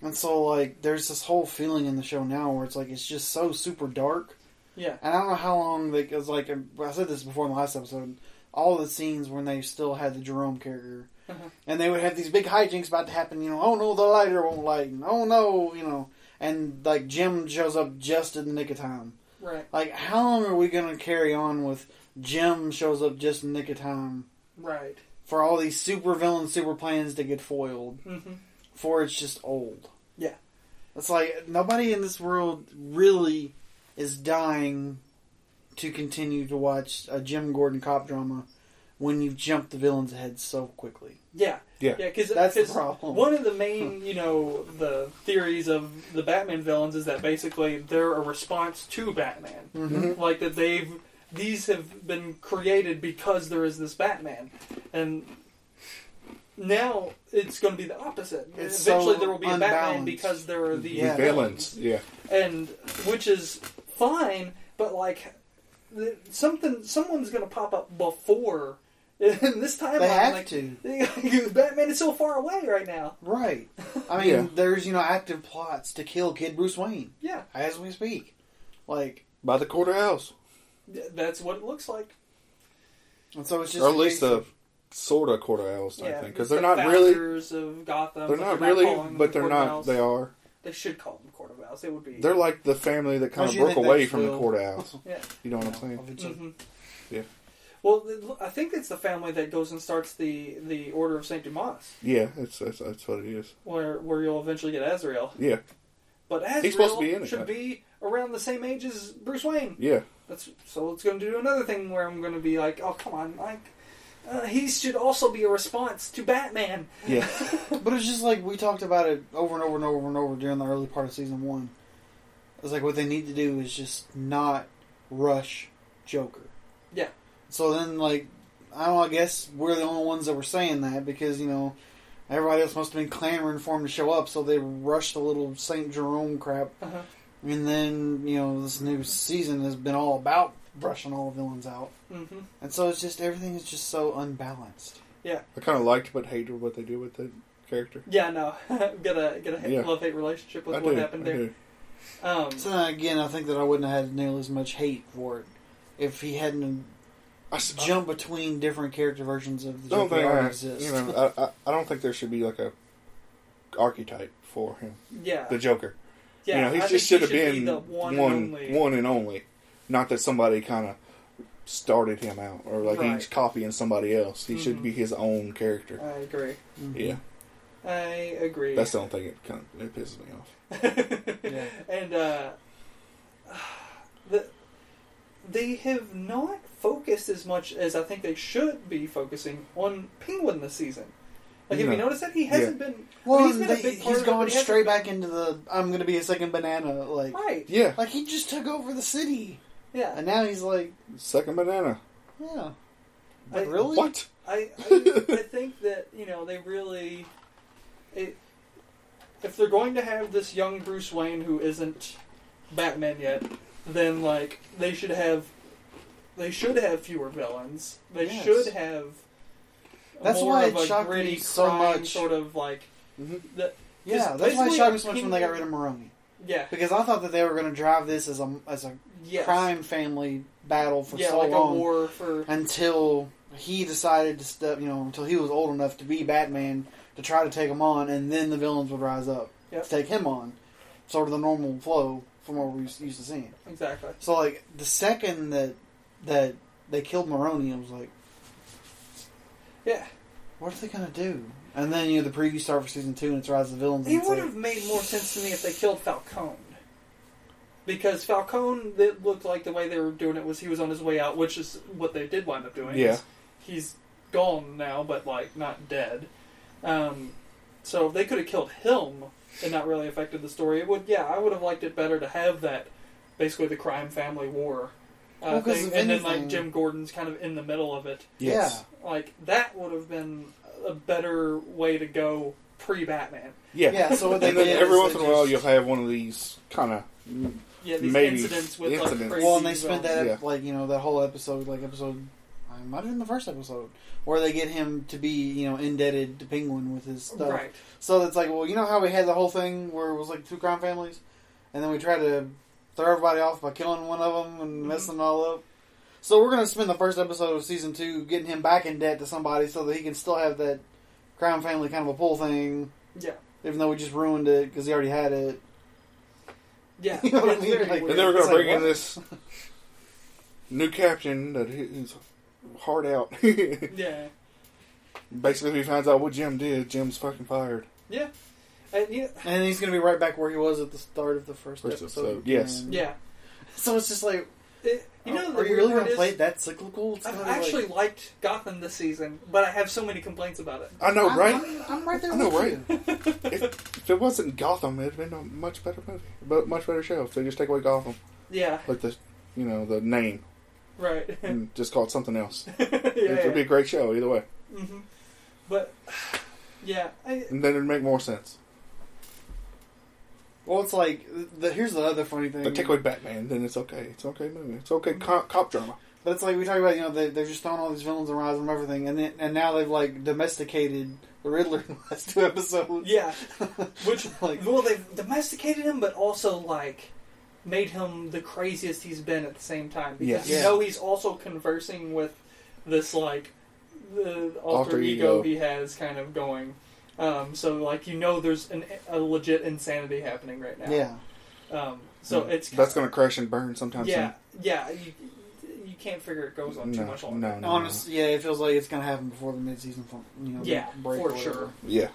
And so like, there's this whole feeling in the show now where it's like it's just so super dark.
Yeah.
And I don't know how long they because like I said this before in the last episode. All the scenes when they still had the Jerome character,
Uh-huh.
and they would have these big hijinks about to happen. You know, oh no, the lighter won't lighten. Oh no, you know, and like Jim shows up just in the nick of time.
Right.
Like, how long are we gonna carry on with Jim shows up just in the nick of time
Right.
for all these super villain super plans to get foiled?
Mm-hmm.
For it's just old.
Yeah.
It's like nobody in this world really is dying to continue to watch a Jim Gordon cop drama when you've jumped the villains ahead so quickly.
Yeah,
Yeah.
yeah. Because
That's the problem.
One of the main, you know, the theories of the Batman villains is that basically they're a response to Batman,
Mhm.
like that they've these have been created because there is this Batman, and now it's going to be the opposite.
It's so
Eventually, there will be a Batman
unbalanced.
because there are the
Yeah.
Villains. Yeah.
and which is fine, but like th- something, someone's going to pop up before. In this timeline,
They have
like,
to.
Batman is so far away right now.
Right. I mean,
Yeah.
there's, you know, active plots to kill Kid Bruce Wayne
Yeah,
as we speak. Like,
By the quarter house.
th- that's what it looks like.
and so it's just.
Or at
a
least
case
the sort of quarter house type
Yeah,
thing. Because
the
they're not really.
founders of Gotham.
They're
but
not really,
calling
but
them
they're
court
not.
mouse.
They are.
They should call them court of mouse. They would be.
They're like the family that
Don't
kind of
you
broke
think
away
that's
from the
Will?
courthouse.
Yeah.
You know what I'm
of
saying?
it's a-
Mhm.
Yeah.
Well, th- I think it's the family that goes and starts the the Order of Saint Dumas,
Yeah, it's, that's that's what it is.
where where you'll eventually get Azrael.
Yeah,
But Azrael
He's supposed to be in it,
should
right?
be around the same age as Bruce Wayne.
yeah,
That's so it's going to do another thing where I'm going to be like, oh come on, like uh, he should also be a response to Batman.
yeah.
But it's just like we talked about it over and over and over and over during the early part of season one. It's like what they need to do is just not rush Joker.
Yeah.
So then, like, I don't. know, I guess we're the only ones that were saying that because you know everybody else must have been clamoring for him to show up, so they rushed a little Saint Jerome crap,
Uh-huh.
and then you know this new season has been all about brushing all the villains out,
hmm
and so it's just everything is just so unbalanced.
I kind of liked but hated what they did with the character.
Yeah, no, got a got a hate,
Yeah.
love hate relationship with
I
what
do.
happened
I
there.
do.
Um,
So then again, I think that I wouldn't have had nearly as much hate for it if he hadn't
I s- I
jump between different character versions of the
don't
Joker
think
that already
I,
exist.
you know, I, I, I don't think there should be like a archetype for him,
Yeah.
the Joker.
yeah.
you know, he
I think
just should have
be
been
the
one,
one, and only.
one and only. Not that somebody kind of started him out, or like he's
Right.
copying somebody else. He should
Mhm.
be his own character.
I agree.
Mhm.
yeah,
I agree.
that's the only thing that kind of it pisses me off.
Yeah.
and uh, the, they have not focused as much as I think they should be focusing on Penguin this season. Like, have you
No.
noticed that he hasn't been?
Well,
he's
and
been a
they-
big part
he's
of it,
gone
but he hasn't-
straight back into the I'm going to be a second banana. Like,
Right.
Yeah,
like he just took over the city,
Yeah.
and now he's like,
second banana.
yeah,
I-
Like, really?
What?
I, I, I think that you know they really, it, if they're going to have this young Bruce Wayne who isn't Batman yet, then like they should have, they should have fewer villains. They
Yes.
should have.
That's
more
why
of
it
a
shocked me
gritty
so
crime
much.
Sort of like
Yeah,
Just
that's why it
basically
shocked me so much when they got
Penguin-
rid of Maroni
yeah,
because I thought that they were going to drive this as a as a
yes.
crime family battle for
yeah,
so
like
long
a war for
until he decided to step, you know, until he was old enough to be Batman to try to take him on, and then the villains would rise up
Yep.
to take him on, sort of the normal flow from what we used used to seeing.
exactly.
So like the second that that they killed Maroni, I was like,
Yeah,
what are they going to do? And then you know the preview start for season two, and it's Rise of the Villains. and
It
it's
would
like-
have made more sense to me if they killed Falcone. Because Falcone, it looked like the way they were doing it was he was on his way out, which is what they did wind up doing.
Yeah.
He's gone now, but, like, not dead. Um, so if they could have killed him and not really affected the story, it would, yeah, I would have liked it better to have that, basically, the crime family war.
Well,
Uh,
'cause
thing,
if
and then,
anything-
like, Jim Gordon's kind of in the middle of it.
Yes.
Like, that would have been a better way to go pre Batman.
Yeah.
yeah. So what they
And then
did
every
is
once
they
in a while,
just-
you'll have one of these kind of
Yeah, these
Maybe
incidents with like
incidents.
crazy.
Well, and they spent that
Yeah.
like you know that whole episode, like episode, I might have been the first episode, where they get him to be you know indebted to Penguin with his stuff.
right.
So that's like, well, you know how we had the whole thing where it was like two crime families, and then we tried to throw everybody off by killing one of them
Mm-hmm.
and messing it all up. So we're gonna spend the first episode of season two getting him back in debt to somebody so that he can still have that crime family kind of a pull thing,
Yeah,
even though we just ruined it because he already had it.
yeah.
You know what I
It's
mean?
very
Like,
weird.
And they were going
It's
to
like,
bring in
what?
this new captain that he- he's hard out. Basically,
yeah,
if he finds out what Jim did, Jim's fucking fired.
yeah, and yeah,
And he's gonna be right back where he was at the start of the first,
First
episode.
episode, yes.
And-
yeah.
So it's just like, oh,
It- you know, the
are you
weird
really
part
going to
is,
play it that cyclical? It's
I've
kinda
actually
like,
liked Gotham this season, but I have so many complaints about it.
I know,
I'm,
right?
I'm, I'm right there
I know,
with
right?
you.
if it wasn't Gotham, it'd been a much better movie, but much better show. If they just take away Gotham,
Yeah,
like the you know the name,
right. yeah,
and just call it something else, it'd be
yeah.
a great show either way,
hmm But yeah, I,
and then it'd make more sense.
Well, it's like the, here's the other funny thing.
But take away Batman, then it's okay. It's okay movie. It's okay cop, cop drama.
But it's like we talk about, you know, they, they're just throwing all these villains and rising from everything, and then, and now they've like domesticated the Riddler in the last two episodes.
yeah. Which
Like-
well, they've domesticated him, but also like made him the craziest he's been at the same time because
Yes.
you
Yeah.
know he's also conversing with this like the alter,
Alter
ego.
ego.
he has kind of going. Um, so like you know there's an, a legit insanity happening right now.
yeah.
Um, so it's
Mm. that's going to crash and burn sometime
yeah yeah you, you can't figure it goes
soon.
on too
No,
much longer.
no, no, no.
Honestly, yeah, it feels like it's gonna happen before the midseason, fun- you know,
Yeah,
break or
for
whatever.
sure.
Yeah.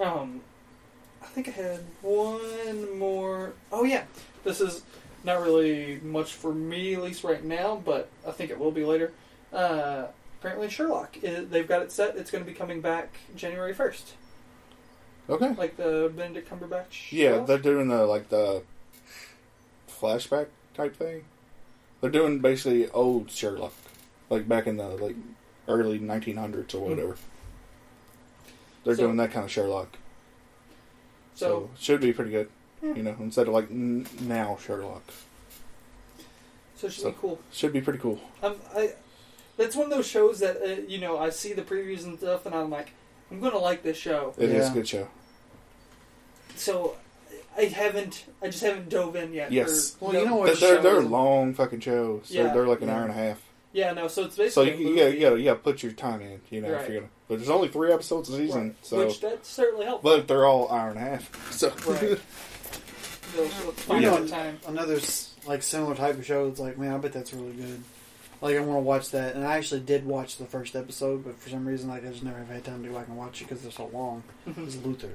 Um, I think I had one more. Oh yeah, this is not really much for me, at least right now, but I think it will be later. Uh, apparently, Sherlock. It, they've got it set. It's going to be coming back January first,
Okay.
like the Benedict Cumberbatch.
Yeah,
Sherlock.
they're doing the like the flashback type thing. They're doing basically old Sherlock, like back in the like early 1900s or whatever. They're
Hmm. So-
doing that kind of Sherlock, so,
so
it should be pretty good.
Yeah.
You know, instead of like n- now Sherlock,
so it should
so-
be cool.
should be pretty cool.
Um, I that's one of those shows that uh, you know I see the previews and stuff, and I'm like, I'm going to like this show.
It is
Yeah.
a good show.
So I haven't. I just haven't dove in yet.
Yes.
or-
Well, you know what
They're, they're,
show-
they're long fucking shows. They're,
Yeah.
they're like an
Yeah.
hour and a half.
Yeah, no. So it's
So you,
basically
you
a
gotta,
movie,
you gotta, you gotta put your time in, you know. If
Right.
you're gonna, but there's only three episodes a season,
right,
so
which that's certainly helpful.
but they're all hour and a half. So
Right. They'll- they'll find
Yeah.
out in time.
another s- like similar type of show. It's like, man, I bet that's really good. Like, I want to watch that, and I actually did watch the first episode, but for some reason, like, I just never have had time to go back and watch it because they're so long.
Mm-hmm.
It's Luther.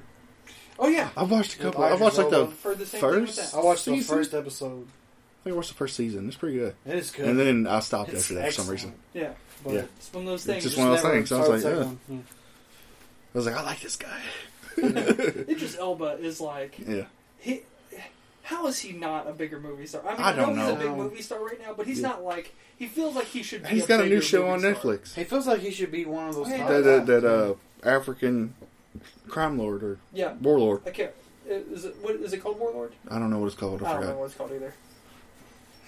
Oh yeah.
I watched a
With
couple. I
Idris
watched like the
Elba.
For the same thing with
first.
that.
I watched the
season?
first episode.
I think I watched the first season. It's pretty good.
It is good.
And then I stopped
It's
after that for some
excellent,
reason.
Yeah,
But
Yeah.
I
it's one of those things.
Just one of those
never
things. I was
saw the
like,
second one.
I was like, I like this guy.
Idris Elba is like
Yeah,
he. How is he not a bigger movie star? I mean,
I don't
he's a
know.
big movie star right now, but he's
Yeah.
not like he feels like he should. be
he's got a new
bigger
show on
movie star.
Netflix.
He feels like he should be one of those.
Hey,
top
That that,
guys.
that uh, African crime lord or
Yeah,
warlord.
I can't. Is it what is it called Warlord?
I don't know what it's called.
I
I
don't know
forgot.
what it's called either.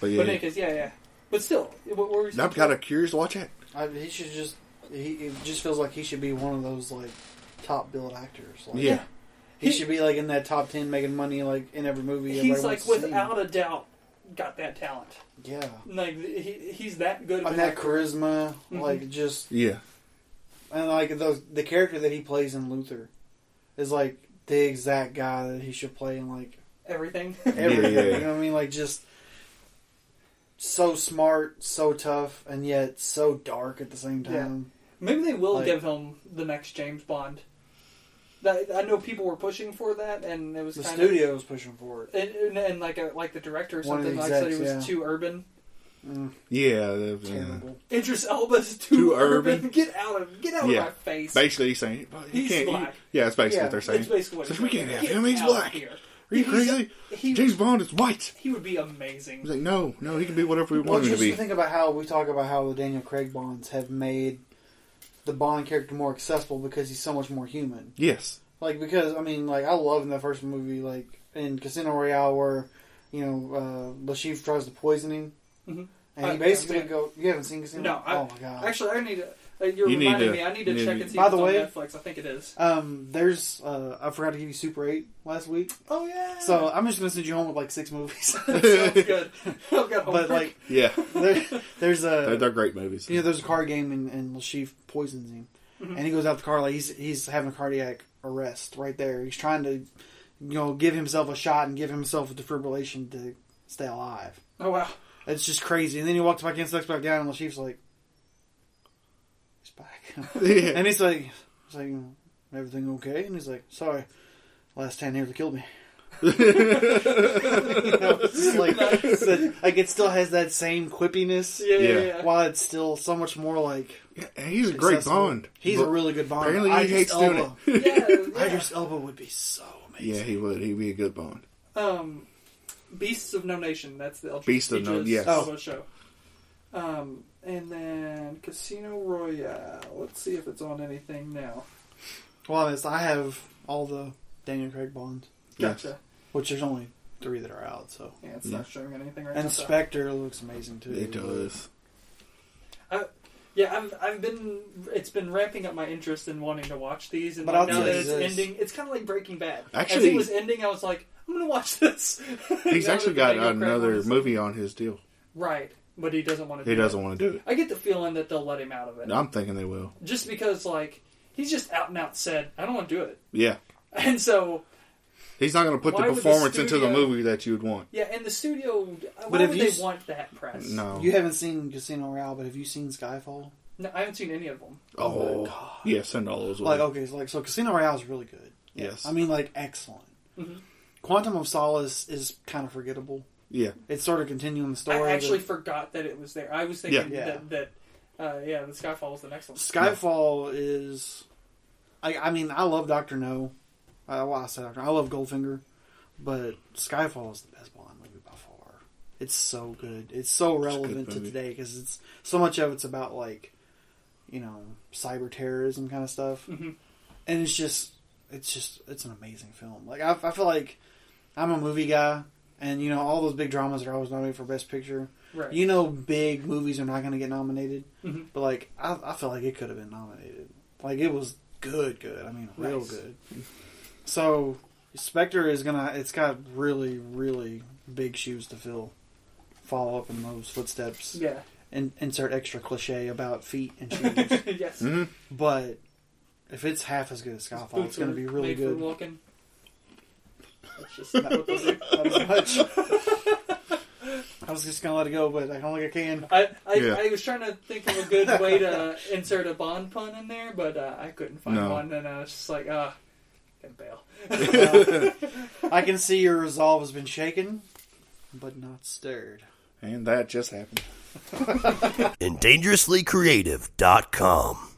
But
But
yeah,
Nick is yeah, yeah. But still, what were we?
I'm kind of curious. to Watch it.
I, he should just. He it just feels like he should be one of those like top billed actors.
Oh,
Like,
Yeah,
he, should be like in that top ten, making money like in every movie.
He's
everybody
like
wants to see him.
without a doubt got that talent.
yeah,
Like he, he's that good. of
and
an
that
actor.
charisma,
Mm-hmm.
like just
yeah.
and like the the character that he plays in Luther is like the exact guy that he should play in like
everything.
every.
Yeah, yeah, yeah.
You know what I mean? Like just so smart, so tough, and yet so dark at the same
Yeah.
time.
Maybe they will
Like-
give him the next James Bond. That I know people were pushing for that, and it was
The
kind
studio was pushing for it.
of and, and, and like a, like the director or
One of the
something like said he was
execs, yeah.
too urban.
Yeah, uh, that- yeah.
Terrible.
Idris Elba's too,
Too
urban.
urban.
Get out of get out
Yeah.
of my face.
Basically, he's saying well, you
He's
can't. you-
black.
yeah, that's basically
Yeah,
what they're saying.
That's basically what
Says,
he
we
said.
can't have
Get
him. He's
out
black.
Here.
Are you
He's-
crazy?
He,
James Bond is white.
he would be
He's
amazing.
like, no, no, he can be whatever we
Well,
want him
just
to be.
think about how we talk about how the Daniel Craig Bonds have made the Bond character more accessible because he's so much more human.
Yes.
Like because I mean, like I love in the first movie, like in Casino Royale, where you know uh, Lashif tries to poison him,
Mhm.
and
I-
he
I've
basically
seen-
go. You haven't seen Casino?
No, I,
oh my god!
Actually, I need to. uh, You're
You need
reminding
to-
me. I need to
you need
check
to-
and see.
By
if
the
it's on
way-
Netflix. I think it is.
um, there's uh, I forgot to give you Super Eight last week,
Oh yeah.
so I'm just gonna send you home with like six movies.
sounds good. I've got
but
homework.
like
Yeah,
there, there's
they're,
a
they're great movies.
you know there's a car game and, and Lashif poisons him, and he goes out the car like he's he's having a cardiac arrest right there. He's trying to you know give himself a shot and give himself a defibrillation to stay alive.
oh wow.
It's just crazy. And then he walks back in, sucks back down, and Lashif's like, he's back.
Yeah.
and he's like, he's like, everything okay? And he's like, sorry, last ten here killed me. you know, it's just like, so, like it still has that same quippiness,
Yeah, yeah,
Yeah.
yeah.
while it's still so much more like
And he's a great
accessible.
Bond.
He's a
But
really good Bond.
Apparently, he
Idris
hates
Elba.
doing it.
yeah, yeah.
Idris Elba would be so amazing.
Yeah, he would. He'd be a good Bond.
Um, Beasts of No Nation. That's the Eldritch
Beasts of No-
Idris
yes.
Elba show. Um, and then Casino Royale. Let's see if it's on anything now.
Well, it's, I have all the Daniel Craig Bonds,
Yes.
Gotcha.
which there's only three that are out. So
Yeah, it's
Yeah.
not showing anything right now.
and
so-
Spectre looks amazing too.
It does.
Yeah, I've, I've been it's been ramping up my interest in wanting to watch these, and
But
like,
I'll
now
tell
that
you
it's
this.
ending, it's kind of like Breaking Bad. as
Actually-
it was ending, I was like, I'm gonna watch this.
He's
Now
actually
that
got
the Daniel Craig one
another
is-
movie on his deal.
right? But he doesn't want to.
He doesn't want to do
I get the feeling that they'll let him out of it,
it. I'm thinking they will.
just because like he's just out and out said, I don't want to do it,
Yeah.
and so
He's not going to put
Why
the
would the
performance into the
studio-
movie that you'd want.
yeah. And the studio, why
But if
would
you
they
s-
want that press?
No.
You haven't seen Casino Royale, but have you seen Skyfall?
No, I haven't seen any of them.
oh, yeah, send all those away.
Like oh. okay, so like so Casino Royale is really good.
Yes.
I mean like excellent.
Mm-hmm.
Quantum of Solace is kind of forgettable.
yeah.
It's sort of continuing the story.
I actually
but
forgot that it was there. I was thinking
Yeah. Yeah.
that that uh, yeah, the Skyfall was the next one.
Skyfall is. I I mean I love Doctor No. I, well, I said Doctor. I love Goldfinger, but Skyfall is the best Bond movie by far. It's so good. It's so relevant to
movie.
today because it's so much of it's about like, you know, cyber terrorism kind of stuff, and it's just it's just it's an amazing film. Like I, I feel like I'm a movie guy, and you know all those big dramas are always nominated for best picture.
Right.
You know, big movies are not going to get nominated,
Mm-hmm.
but like I, I feel like it could have been nominated. Like it was good, good. I mean, real
Nice.
good. So Spectre is gonna. It's got really, really big shoes to fill. Follow up in those footsteps,
yeah.
and insert extra cliche about feet and shoes.
yes.
Mm-hmm.
Mhm.
but if it's half as good as Skyfall, Oh, it's going to be really
made
good.
For walking. That's just
Not-
not what those are.
not as much. I was just going to let it go, but I don't think I can.
I, I,
Yeah.
I was trying to think of a good way to insert a Bond pun in there, but uh, I couldn't find
No.
one, and I was just like, ah, can bail.
I can see your resolve has been shaken, but not stirred.
And that just happened.
and dangerouslycreative.com.